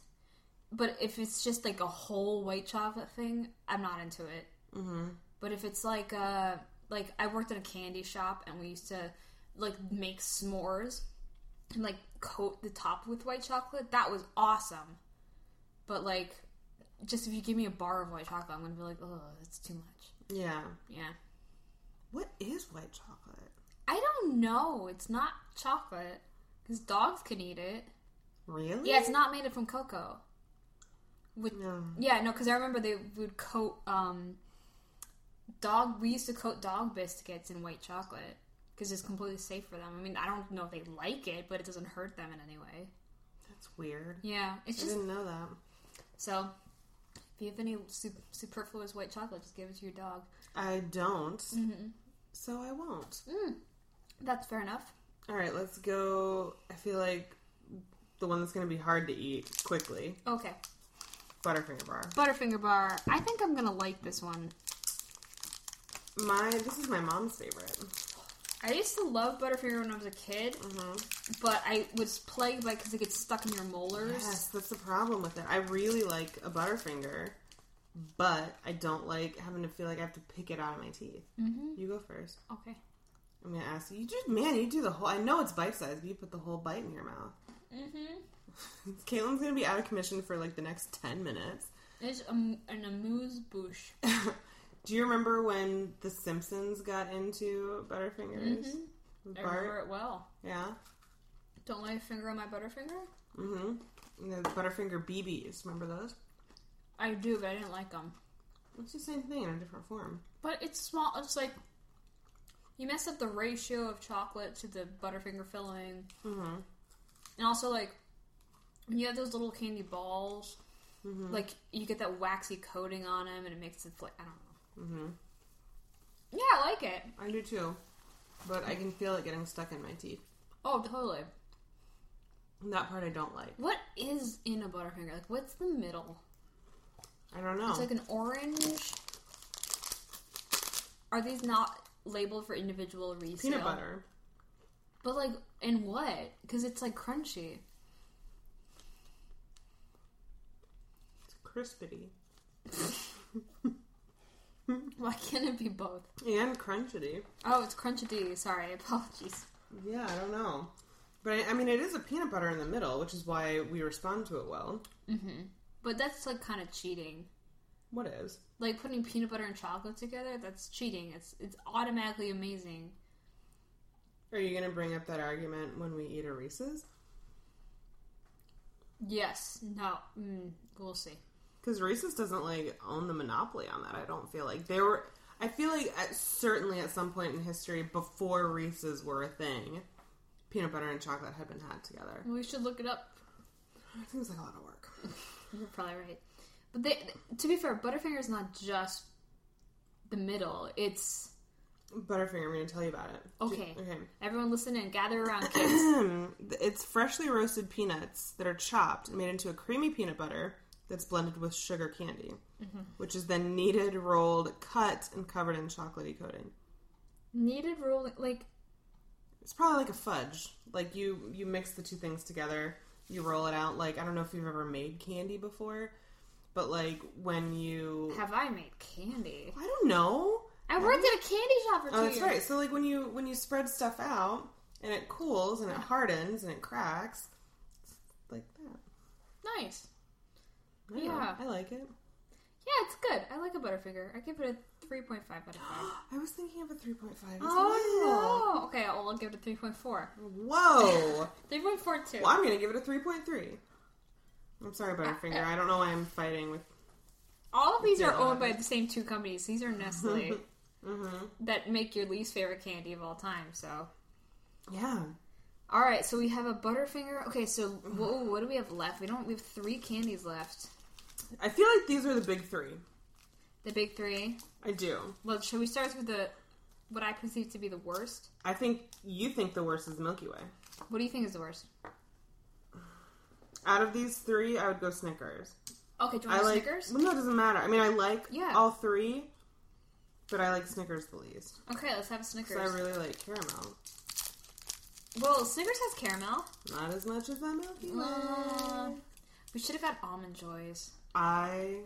But if it's just like a whole white chocolate thing, I'm not into it. Mm-hmm. But if it's like uh like I worked at a candy shop and we used to like make s'mores and like coat the top with white chocolate, that was awesome. But like, just if you give me a bar of white chocolate, I'm gonna be like, oh, that's too much.
Yeah.
Yeah.
What is white chocolate?
I don't know. It's not chocolate. Because dogs can eat it.
Really?
Yeah, it's not made from cocoa. With,
No.
Yeah, no, because I remember they would coat um, dog. We used to coat dog biscuits in white chocolate because it's completely safe for them. I mean, I don't know if they like it, but it doesn't hurt them in any way.
That's weird.
Yeah, it's
I
just
didn't know that.
so. If you have any su- superfluous white chocolate, just give it to your dog.
I don't. So I won't.
That's fair enough.
All right, let's go. I feel like the one that's going to be hard to eat quickly
Okay,
Butterfinger bar.
Butterfinger bar. I think I'm gonna like this one.
My this is my mom's favorite.
I used to love Butterfinger when I was a kid,
Mm-hmm.
but I was plagued by because it gets stuck in your molars.
Yes, that's the problem with it. I really like a Butterfinger, but I don't like having to feel like I have to pick it out of my teeth. Mm-hmm. You go first.
Okay.
I'm gonna ask you. You just man, you do the whole. I know it's bite sized, but you put the whole bite in your mouth. Mm-hmm. Caitlin's gonna be out of commission for like the next ten minutes.
It's um, an amuse bouche.
Do you remember when The Simpsons got into Butterfingers?
Mm-hmm.
With
I
Bart,
remember it well.
yeah.
Don't lay a finger on my Butterfinger?
Mm-hmm. And the Butterfinger BBs. Remember those?
I do, but I didn't like them.
It's the same thing in a different form.
But it's small. It's like you mess up the ratio of chocolate to the Butterfinger filling,
Mm-hmm.
and also like when you have those little candy balls, like you get that waxy coating on them, and it makes it like I don't know.
Mm-hmm.
Yeah, I like it.
I do too. but I can feel it getting stuck in my teeth.
Oh, totally.
And that part I don't like.
What is in a Butterfinger? Like, what's the middle?
I don't know.
It's like an orange. Are these not labeled for individual resale?
Peanut butter.
But like, in what? Because it's like crunchy.
It's crispity
Why can't it be both?
and crunchity.
Oh, it's crunchity. Sorry, apologies.
Yeah, I don't know. But I, I mean, it is a peanut butter in the middle, which is why we respond to it well.
But that's like kind of cheating.
What is?
Like putting peanut butter and chocolate together, that's cheating. It's it's automatically amazing.
Are you going to bring up that argument when we eat a Reese's?
Yes. No. Mm, we'll see.
Because Reese's doesn't like own the monopoly on that. I don't feel like they were. I feel like at, certainly at some point in history, before Reese's were a thing, peanut butter and chocolate had been had together.
We should look it up.
It seems like a lot of work.
You're probably right. But they, to be fair, Butterfinger is not just the middle. It's
Butterfinger, I'm going to tell you about it.
Okay.
Okay.
everyone listen and gather around, kids.
it's freshly roasted peanuts that are chopped and made into a creamy peanut butter that's blended with sugar candy, which is then kneaded, rolled, cut, and covered in chocolatey coating.
Needed rolling, like
It's probably like a fudge. Like you you mix the two things together, you roll it out. Like I don't know if you've ever made candy before, but like when you
have I made candy?
I don't know.
I worked at a candy shop for two
Oh, that's
years.
right. So like when you when you spread stuff out and it cools and it hardens and it cracks, it's like that.
Nice.
I don't know.
Yeah.
I like it.
Yeah, it's good. I like a Butterfinger. I give it a three point five out of five.
I was thinking of a 3.5 as well.
oh no! Okay, well, I'll give it a three point four.
Whoa.
Three point four two.
well, I'm going to give it a 3.3. I'm sorry, Butterfinger. I don't know why I'm fighting with.
All of these are
Yeah.
owned by the same two companies. These are Nestle
Mm-hmm.
that make your least favorite candy of all time. So,
Yeah.
all right. So we have a Butterfinger. Okay, so whoa, what do we have left? We don't. We have three candies left.
I feel like these are the big three.
The big three.
I do.
Well, should we start with the what I perceive to be the worst?
I think you think the worst is Milky Way.
What do you think is the worst?
Out of these three, I would go Snickers.
Okay, do you
I
want
like
Snickers?
Well, no, it doesn't matter. I mean, I like
Yeah.
all three, but I like Snickers the least.
Okay, let's have a
So
Snickers.
I really like caramel,
well, Snickers has caramel.
not as much as the Milky Way.
Uh, we should have got almond joys.
I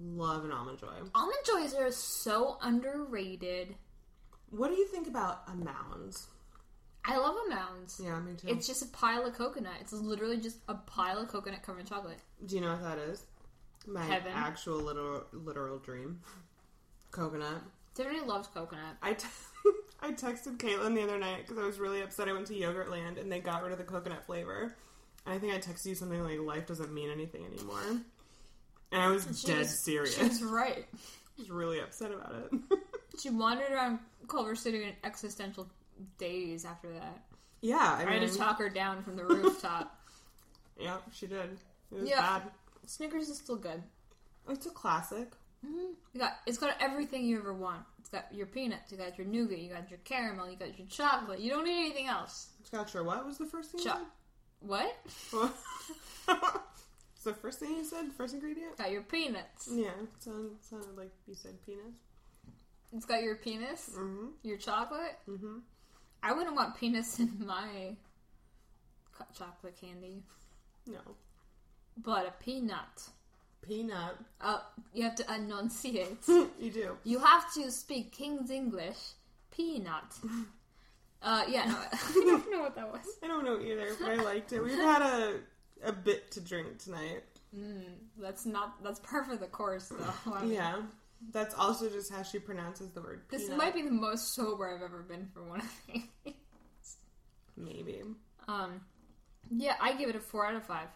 love an almond joy.
Almond joys are so underrated.
What do you think about a mound?
I love almonds.
Yeah, me too.
It's just a pile of coconut. It's literally just a pile of coconut covered in chocolate.
Do you know what that is? My
Heaven.
actual literal literal dream. Coconut.
Tiffany loves coconut.
I, t- I texted Caitlin the other night because I was really upset. I went to Yogurtland and they got rid of the coconut flavor. And I think I texted you something like "Life doesn't mean anything anymore," and I was dead
was-
serious.
She was right.
I was really upset about it.
She wandered around Culver City in existential days after that.
yeah, I
I had
mean,
to talk her down from the rooftop.
yeah, she did. It was
Yeah.
bad.
Snickers is still good.
It's a classic.
You got it's got everything you ever want. It's got your peanuts, you got your nougat, you got your caramel, you got your chocolate. You don't need anything else.
It's got your what was the first thing? you
Cho-
said?
what?
Well, it's the first thing you said, first ingredient?
Got your peanuts.
Yeah, sound, sounded like you said penis.
It's got your penis,
Mm-hmm.
your chocolate.
Mm-hmm.
I wouldn't want penis in my co- chocolate candy,
No.
but a peanut.
Peanut.
Uh, you have to enunciate.
you do.
you have to speak King's English. Peanut. Uh, yeah, no, I don't know what that was.
I don't know either, but I liked it. We've had a a bit to drink tonight.
Hmm, That's not. That's part for the course, though. I mean,
Yeah. That's also just how she pronounces the word
Oh, This
peanut.
might be the most sober I've ever been for one of these.
Maybe.
Um, yeah, I give it a four out of five.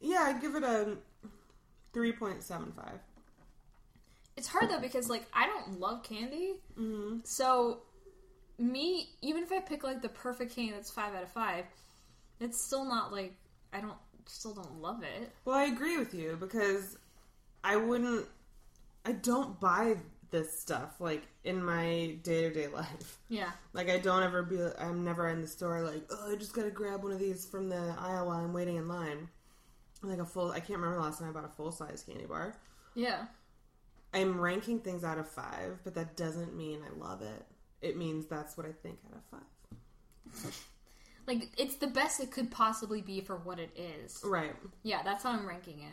Yeah, I'd give it a 3.75.
It's hard though because like I don't love candy,
Mhm.
so me even if I pick like the perfect candy that's five out of five, it's still not like I don't still don't love it.
Well, I agree with you because I wouldn't. I don't buy this stuff like in my day to day life.
Yeah.
Like I don't ever be I'm never in the store like, oh I just gotta grab one of these from the aisle while I'm waiting in line. Like a full I can't remember the last time I bought a full size candy bar.
Yeah.
I'm ranking things out of five, but that doesn't mean I love it. It means that's what I think out of five.
Like it's the best it could possibly be for what it is.
Right.
Yeah, that's how I'm ranking it.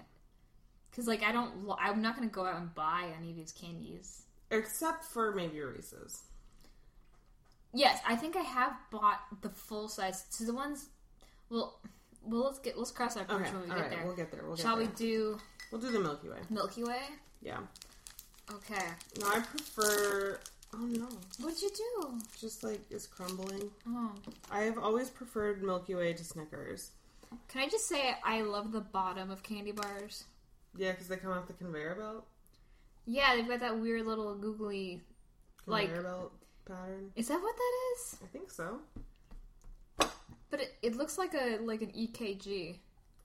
Cause like I don't, lo- I'm not gonna go out and buy any of these candies.
Except for maybe Reese's.
Yes, I think I have bought the full size. So the ones, well, well, let's get let's cross that bridge
Okay.
when we
All
get
right.
there.
We'll get there. We'll get
Shall
there.
we do
We'll do the Milky Way.
Milky Way?
Yeah.
Okay.
No, I prefer. Oh no.
What'd you do?
Just like it's crumbling.
Oh,
I have always preferred Milky Way to Snickers.
can I just say I love the bottom of candy bars?
Yeah, because they come off the conveyor belt.
Yeah, they've got that weird little googly. Like-
Conveyor belt pattern.
Is that what that is?
I think so.
But it, it looks like a like an E EKG.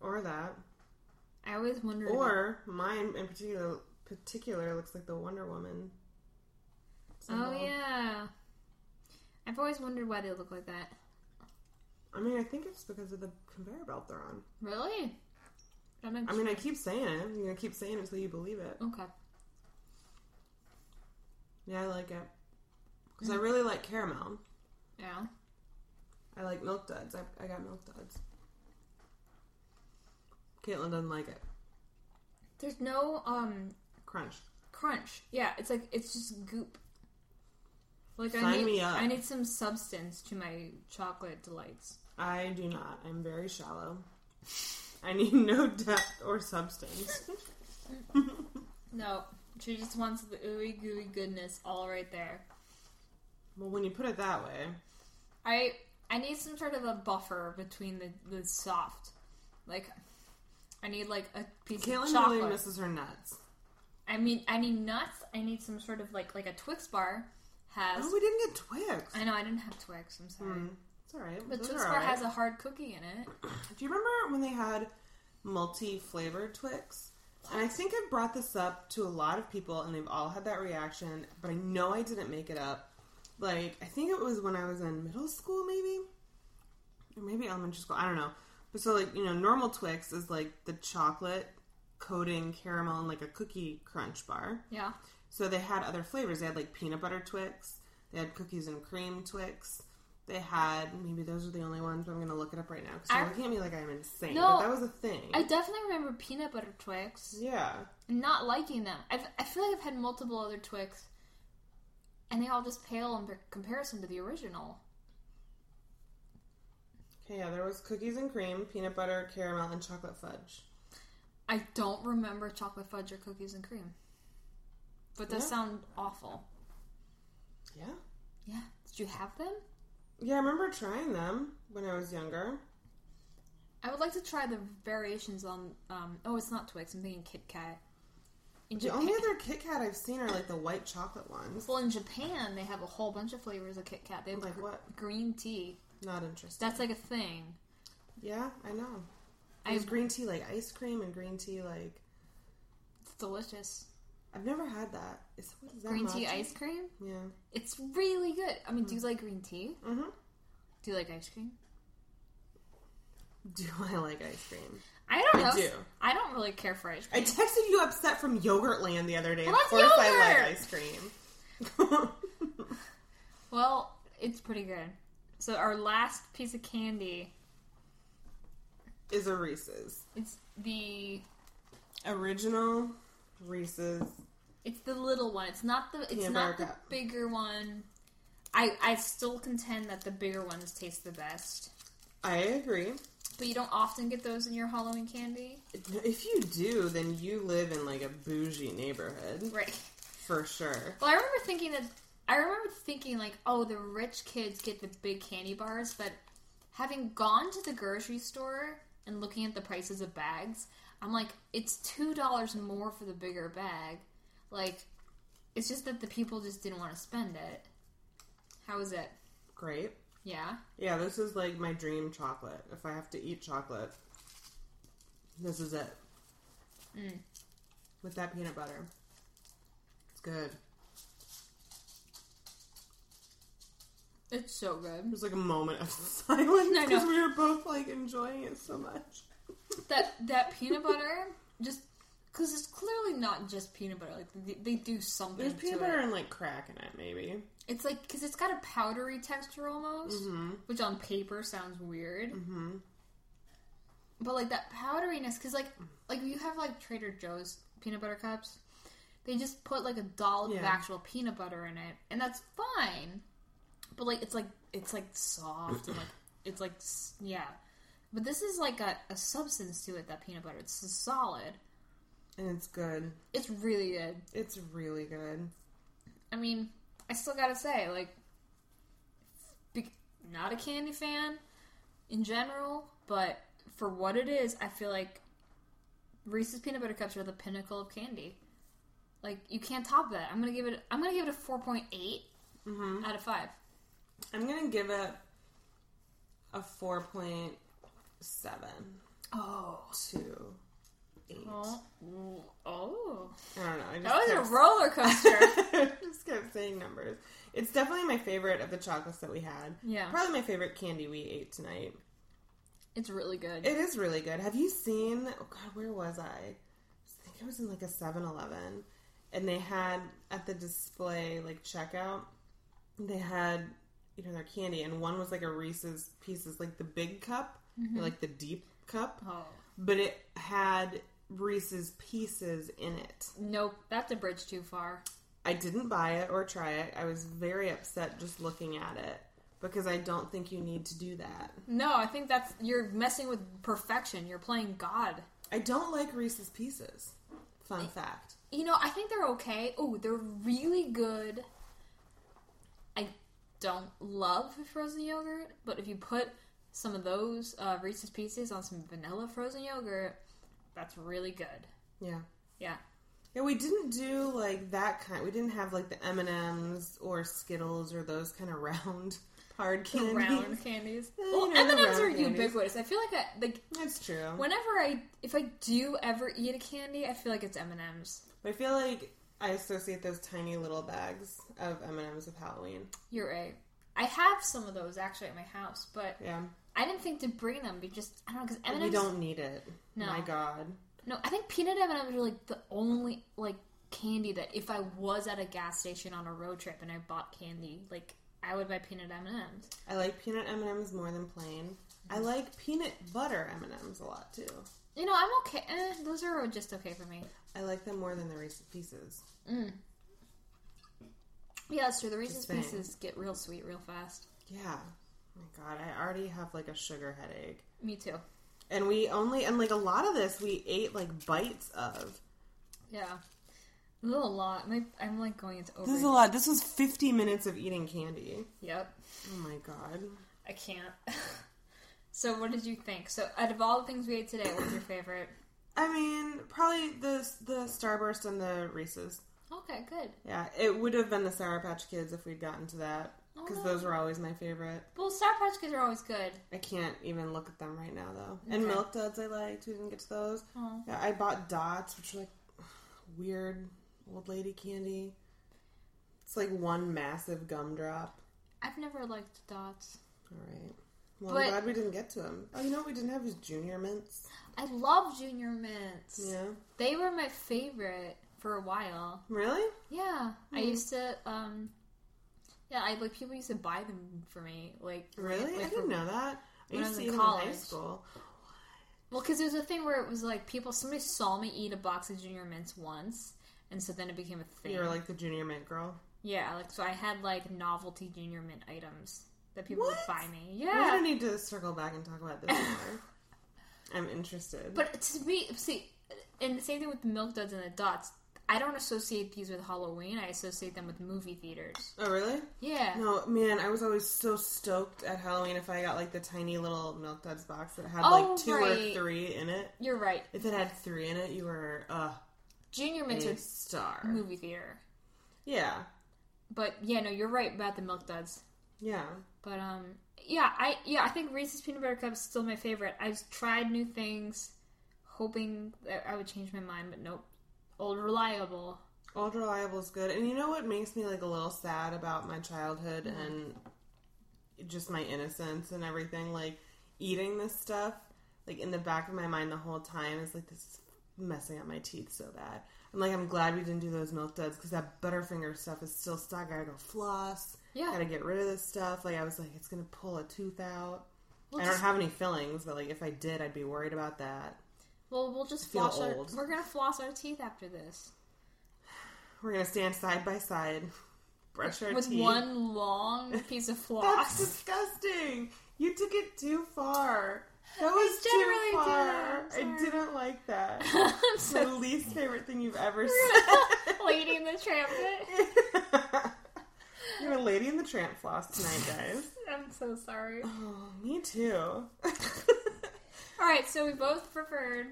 Or that.
I always wonder.
Or mine in particular particular looks like the Wonder Woman.
oh
symbol.
yeah, I've always wondered why they look like that.
I mean, I think it's because of the conveyor belt they're on.
Really? That makes-
I mean, I keep saying it. I'm gonna keep saying it until you believe it.
okay.
Yeah, I like it because I really like caramel.
Yeah.
I like milk duds. I, I got milk duds. Caitlin doesn't like it.
There's no um
Crunch.
crunch. Yeah, it's like it's just goop. Like I
Sign
need
me up.
I need some substance to my chocolate delights.
I do not. I'm very shallow. I need no depth or substance.
No, she just wants the ooey gooey goodness all right there.
well, when you put it that way,
I I need some sort of a buffer between the the soft, like I need like a piece of
Caitlin
chocolate.
really misses her nuts.
I mean, I need nuts. I need some sort of like like a Twix bar has.
Oh, we didn't get Twix.
I know I didn't have Twix. I'm sorry,
Mm, it's all right.
but
Those
Twix
are all
bar
right.
has a hard cookie in it.
Do you remember when they had multi-flavored Twix? And I think I've brought this up to a lot of people, and they've all had that reaction. But I know I didn't make it up. Like I think it was when I was in middle school, maybe, or maybe elementary school. I don't know. But so like you know, normal Twix is like the chocolate coating caramel and like a cookie crunch bar.
Yeah.
So they had other flavors. They had like peanut butter Twix. They had cookies and cream Twix. They had maybe those are the only ones. But I'm gonna look it up right now because
I-
you're looking at me like I'm insane.
No.
but that was a thing.
I definitely remember peanut butter Twix
yeah,
and not liking them. I've, I feel like I've had multiple other Twix, and they all just pale in comparison to the original.
okay, yeah. There was cookies and cream, peanut butter, caramel, and chocolate fudge.
I don't remember chocolate fudge or cookies and cream, but those
Yeah.
sound awful.
Yeah,
Yeah, did you have them?
yeah. I remember trying them when I was younger.
I would like to try the variations on. Um, oh, it's not Twix. I'm thinking Kit Kat. In
The
Japan,
only other Kit Kat I've seen are like the white chocolate ones.
well, in Japan they have a whole bunch of flavors of Kit Kat. They have
Like
gr-
what?
Green tea.
Not interested.
That's like a thing.
Yeah, I know.
I-
There's green tea like ice cream and green tea like
It's delicious.
I've never had that. Is, what is that
Green tea
matcha?
ice cream.
Yeah.
It's really good. I mean, do you like green tea?
Mm. Mm-hmm.
Do you like ice cream?
Do I like ice cream?
I don't know.
I do.
I don't really care for ice
I
cream.
texted you upset from Yogurtland the other day.
Well,
of
that's
course I
yogurt!
like ice cream.
well, it's pretty good. So our last piece of candy,
Is a Reese's.
it's the
Original Reese's.
it's the little one. It's not the it's
Peanut
not
butter
the
cup.
bigger one. I I still contend that the bigger ones taste the best.
I agree.
But you don't often get those in your Halloween candy,
If you do, then you live in like a bougie neighborhood.
right?
For sure.
Well, I remember thinking that I remember thinking like, oh, the rich kids get the big candy bars, but having gone to the grocery store and looking at the prices of bags, I'm like, it's two dollars more for the bigger bag. Like, it's just that the people just didn't want to spend it. How is it?
Great.
Yeah,
Yeah, this is like my dream chocolate. If I have to eat chocolate, this is it. Mm. With that peanut butter. It's good.
It's so good.
There's like a moment of silence
I know.
because we were both like enjoying it so much.
That that peanut butter just because it's clearly not just peanut butter. Like they, they do something.
There's
to
peanut
it.
butter and like crack in it, maybe.
It's like because it's got a powdery texture almost, which on paper sounds weird. Mm-hmm. But like that powderiness, because like like you have like Trader Joe's peanut butter cups, they just put like a dollop of
Yeah.
actual peanut butter in it, and that's fine. But like it's like it's like soft and like it's like s- yeah. But this is like a, a substance to it that peanut butter. It's solid.
And it's good.
It's really good.
It's really good.
I mean, I still gotta say, like, be- not a candy fan in general, but for what it is, I feel like Reese's peanut butter cups are the pinnacle of candy. Like, you can't top that. I'm gonna give it. I'm gonna give it a 4.8 out of five.
I'm gonna give it a four point seven
Oh,
to eight.
oh, oh!
I don't know. I just
That was
kept
a roller coaster.
just kept saying numbers. It's definitely my favorite of the chocolates that we had.
Yeah.
Probably my favorite candy we ate tonight.
it's really good.
It is really good. Have you seen oh god, where was I? I think I was in like a 7-Eleven and they had at the display like checkout, they had you know their candy and one was like a Reese's pieces like the big cup, or, like the deep cup,
oh
but it had Reese's pieces in it.
nope, that's a bridge too far.
I didn't buy it or try it. I was very upset just looking at it because I don't think you need to do that.
No, I think that's you're messing with perfection. You're playing God.
I don't like Reese's Pieces. Fun fact.
You know, I think they're okay. Oh, they're really good. I don't love frozen yogurt, but if you put some of those uh, Reese's Pieces on some vanilla frozen yogurt, that's really good.
Yeah.
Yeah.
Yeah, we didn't do like that kind. We didn't have like the M and M's or Skittles or those kind of round hard candies.
Round candies.
you
Well,
know, the
M&Ms
round
are
candies.
ubiquitous. I feel like I, like
That's true.
whenever I if I do ever eat a candy, I feel like it's M&Ms.
But I feel like I associate those tiny little bags of M and M's with Halloween.
You're right. I have some of those actually at my house, but
Yeah,
I didn't think to bring them because I don't know because M&Ms
we don't need it.
No.
My God.
No, I think peanut M&Ms are like the only like candy that if I was at a gas station on a road trip and I bought candy, like I would buy peanut M&Ms.
I like peanut M and M's more than plain. I
Mm-hmm.
like peanut butter M and M's a lot too.
You know, I'm okay. Eh, those are just okay for me.
I like them more than the Reese's Pieces.
Yeah, that's true. The Reese's
saying.
Pieces get real sweet real fast.
Yeah. Oh my God, I already have like a sugar headache.
Me too.
And we only and like a lot of this we ate like bites of.
Yeah, this is a lot. My, I'm like going into over.
This is a lot. This was 50 minutes of eating candy.
Yep,
Oh my god.
I can't. so, what did you think? So, out of all the things we ate today, what's your favorite?
I mean, probably the the Starburst and the Reese's.
Okay, good.
Yeah, it would have been the Sour Patch Kids if we'd gotten to that because
Oh.
those were always my favorite.
Well, Sour Patch Kids are always good.
I can't even look at them right now though. And
Okay.
Milk Duds I liked. We didn't get to those.
Oh.
Yeah, I bought Dots, which are like weird old lady candy. It's like one massive gumdrop.
I've never liked dots.
All right. Well,
But-
I'm glad we didn't get to him. Oh, you know what we didn't have is junior mints.
I love Junior Mints.
Yeah.
They were my favorite for a while.
Really?
Yeah,
Hmm.
I used to. um Yeah, I like people used to buy them for me. Like
Really?
like,
I didn't know that. I
when I
used
was
to
in
eat them in
college.
high school.
Well, because it was a thing where it was like people. Somebody saw me eat a box of Junior Mints once, and so then it became a thing.
You were like the junior mint girl.
yeah, like so I had like novelty Junior Mint items that people
What?
would buy me.
We're
Yeah,
gonna need to circle back and talk about this more. I'm interested.
But to me, see, and the same thing with the milk duds and the dots. I don't associate these with Halloween. I associate them with movie theaters.
oh, really?
Yeah.
No, man. I was always so stoked at Halloween if I got like the tiny little Milk Duds box that had
Oh,
like two
right.
or three in it.
You're right.
If it had three in it, you were uh,
Junior Mints
a
are
star.
movie theater.
Yeah,
But yeah, no, you're right about the milk duds.
yeah.
But um yeah, I yeah, I think Reese's peanut butter cup is still my favorite. I've tried new things hoping that I would change my mind, but nope. Old reliable. Mm-hmm.
Old Reliable is good. And you know what makes me like a little sad about my childhood and just my innocence and everything, like eating this stuff, like in the back of my mind the whole time is like this is messing up my teeth so bad. I'm like, I'm glad we didn't do those milk duds because that Butterfinger stuff is still stuck. I gotta go floss.
Yeah.
Gotta get rid of this stuff. Like I was like, it's gonna pull a tooth out.
We'll
I don't
just-
have any fillings, but like if I did, I'd be worried about that.
Well, we'll just
Feel
floss our.
old.
We're gonna floss our teeth after this
We're gonna stand side by side, brush our
with
teeth.
one long piece of
That's
floss.
disgusting. You took it too far. That was
generally
too
do
far.
that. I'm
I
sorry.
didn't like that.
I'm
It's
so
my least favorite thing you've ever said.
lady in the trumpet.
You're a lady in the tramp floss tonight, guys.
I'm so sorry.
Oh, me too.
All right, so we both preferred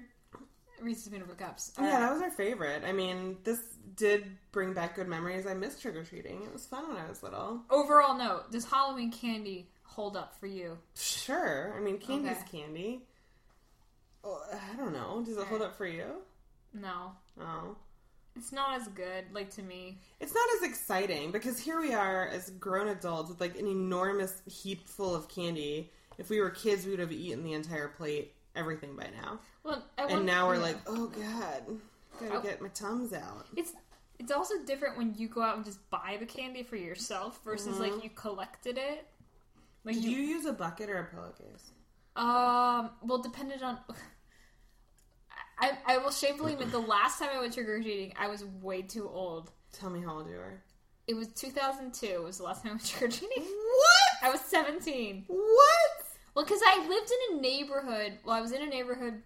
Reese's peanut butter cups. All
yeah,
right.
that was our favorite. I mean, this did bring back good memories. I miss trick or treating. It was fun when I was little.
Overall note: Does Halloween candy hold up for you?
Sure. I mean, candy's
Okay.
candy. Oh, I don't know. Does it hold up for you?
No,
Oh.
it's not as good. Like to me,
It's not as exciting because here we are as grown adults with like an enormous heap full of candy. If we were kids, we would have eaten the entire plate, everything by now.
well, I
And
want-
now we're
yeah.
like, oh god, gotta
Oh.
get my tums out.
it's it's also different when you go out and just buy the candy for yourself versus like you collected it. Like
Mm-hmm. Did
you,
you use a bucket or a pillowcase?
um, well, depended on. I, I will shamefully admit the last time I went trick or treating, I was way too old.
Tell me how old you are.
It was 2002 was the last time I went trick or treating.
What?
I was 17.
What?
Well, because I lived in a neighborhood. Well, I was in a neighborhood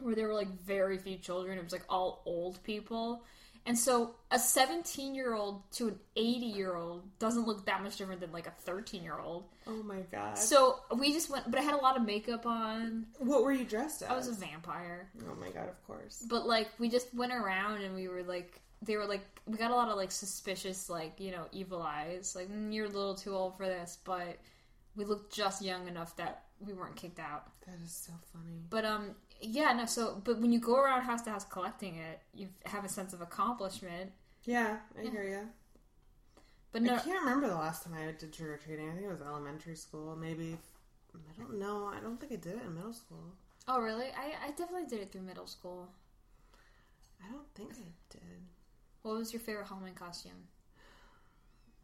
where there were like very few children. It was like all old people. And so a 17 year old to an 80 year old doesn't look that much different than like a 13 year old.
Oh my god.
So we just went, but I had a lot of makeup on.
what were you dressed as?
I was a vampire.
oh my god, of course.
But like we just went around and we were like, they were like, we got a lot of like suspicious, like, you know, evil eyes. Like, "Mm, you're a little too old for this, but we looked just young enough that we weren't kicked out.
That is so funny.
But um, yeah, no. So, but when you go around house to house collecting it, you have a sense of accomplishment.
Yeah, I hear ya.
But no,
I can't remember the last time I did trick or treating. I think it was elementary school, maybe. I don't know. I don't think I did it in middle school.
oh really? I, I definitely did it through middle school.
I don't think I did.
What was your favorite Halloween costume?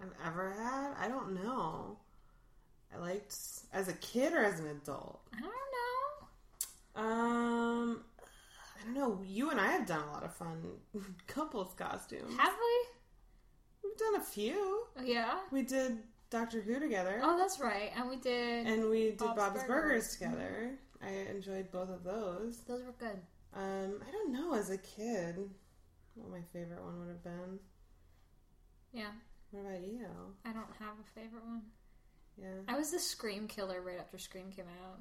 I've ever had. I don't know. I liked as a kid or as an adult.
I don't know.
Um, I don't know. You and I have done a lot of fun couples costumes.
Have we?
We've done a few.
Oh, yeah.
We did Doctor Who together,
Oh, that's right. And we did.
and we did
Bob's
Bob's, Burgers.
Burgers.
together. I enjoyed both of those.
Those were good.
Um, I don't know. As a kid, what my favorite one would have been.
Yeah.
What about you?
I don't have a favorite one.
Yeah,
I was the Scream Killer right after Scream came out.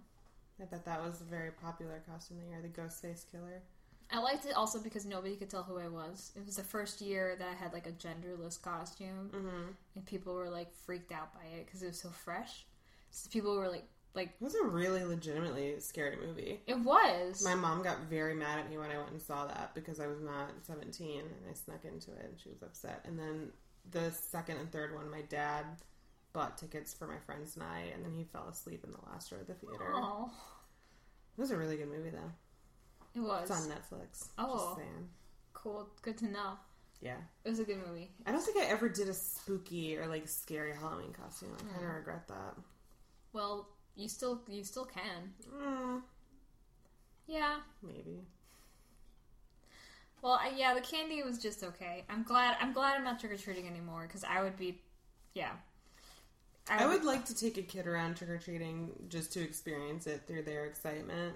I bet that was a very popular costume that year. The ghost face killer.
I liked it also because nobody could tell who I was. It was the first year that I had like a genderless costume.
Mm-hmm.
and people were like freaked out by it because it was so fresh. So people were like, like
It was a really legitimately scary movie.
it was.
My mom got very mad at me when I went and saw that because I was not 17 and I snuck into it and she was upset. And then the second and third one, my dad bought tickets for my friends and I, and then he fell asleep in the last row of the theater.
oh,
It was a really good movie, though.
it was
It's on Netflix.
Oh.
Just saying.
cool. Good to know.
Yeah.
It was a good movie.
I don't think I ever did a spooky or like scary Halloween costume. I kind of regret that.
Well, you still you still can.
Mm,
Yeah.
maybe.
Well, I, yeah. The candy was just okay. I'm glad. I'm glad I'm not trick or treating anymore because I would be. Yeah.
I would like to take a kid around trick or treating just to experience it through their excitement,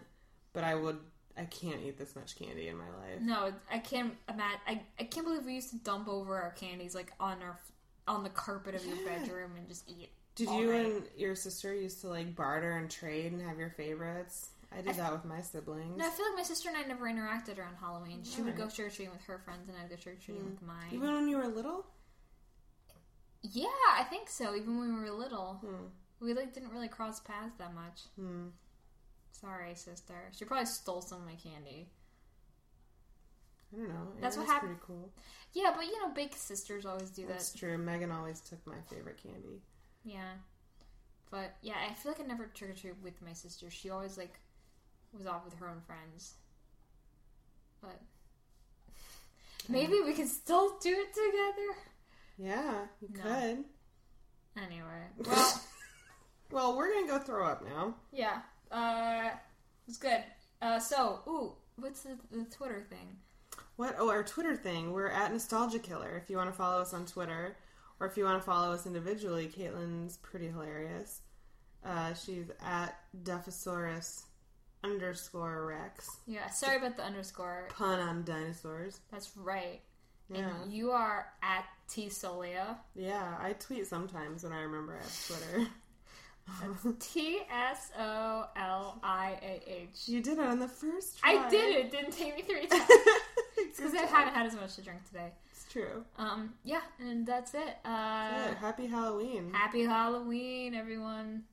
but I would I can't eat this much candy in my life.
No, I can't imagine. I, I can't believe we used to dump over our candies like on our on the carpet of your bedroom and just eat.
Did
all
you
night.
and your sister used to like barter and trade and have your favorites? I did that with my siblings.
No, I feel like my sister and I never interacted around Halloween. She would go
Alright.
trick or treating with her friends, and I'd go trick or treating with mine.
Even when you were little?
yeah, I think so. Even when we were little,
Hmm.
we like didn't really cross paths that much.
Hmm.
Sorry, sister. She probably stole some of my candy.
I don't know. It
That's what
was
hap-
Pretty cool.
Yeah, but you know, big sisters always do that.
That's true. Megan always took my favorite candy.
Yeah. But yeah, I feel like I never trick or treat with my sister. She always like was off with her own friends. But maybe we can still do it together.
Yeah, you
No.
could.
Anyway, well,
Well, we're gonna go throw up now.
yeah, uh, it's good. Uh, so, ooh, what's the, the Twitter thing?
What? Oh, our Twitter thing. We're at Nostalgia Killer. If you want to follow us on Twitter, or if you want to follow us individually, Caitlin's pretty hilarious. Uh, she's at Duffosaurus underscore Rex.
Yeah, sorry about the underscore.
Pun on dinosaurs.
That's right.
Yeah.
And you are at T Solia.
Yeah, I tweet sometimes when I remember I have Twitter.
T S O L I A H.
You did it on the first try.
I did it. It didn't take me three times because I haven't had as much to drink today.
It's true.
Um, yeah, and that's it. Uh,
Good. Happy Halloween.
Happy Halloween, everyone.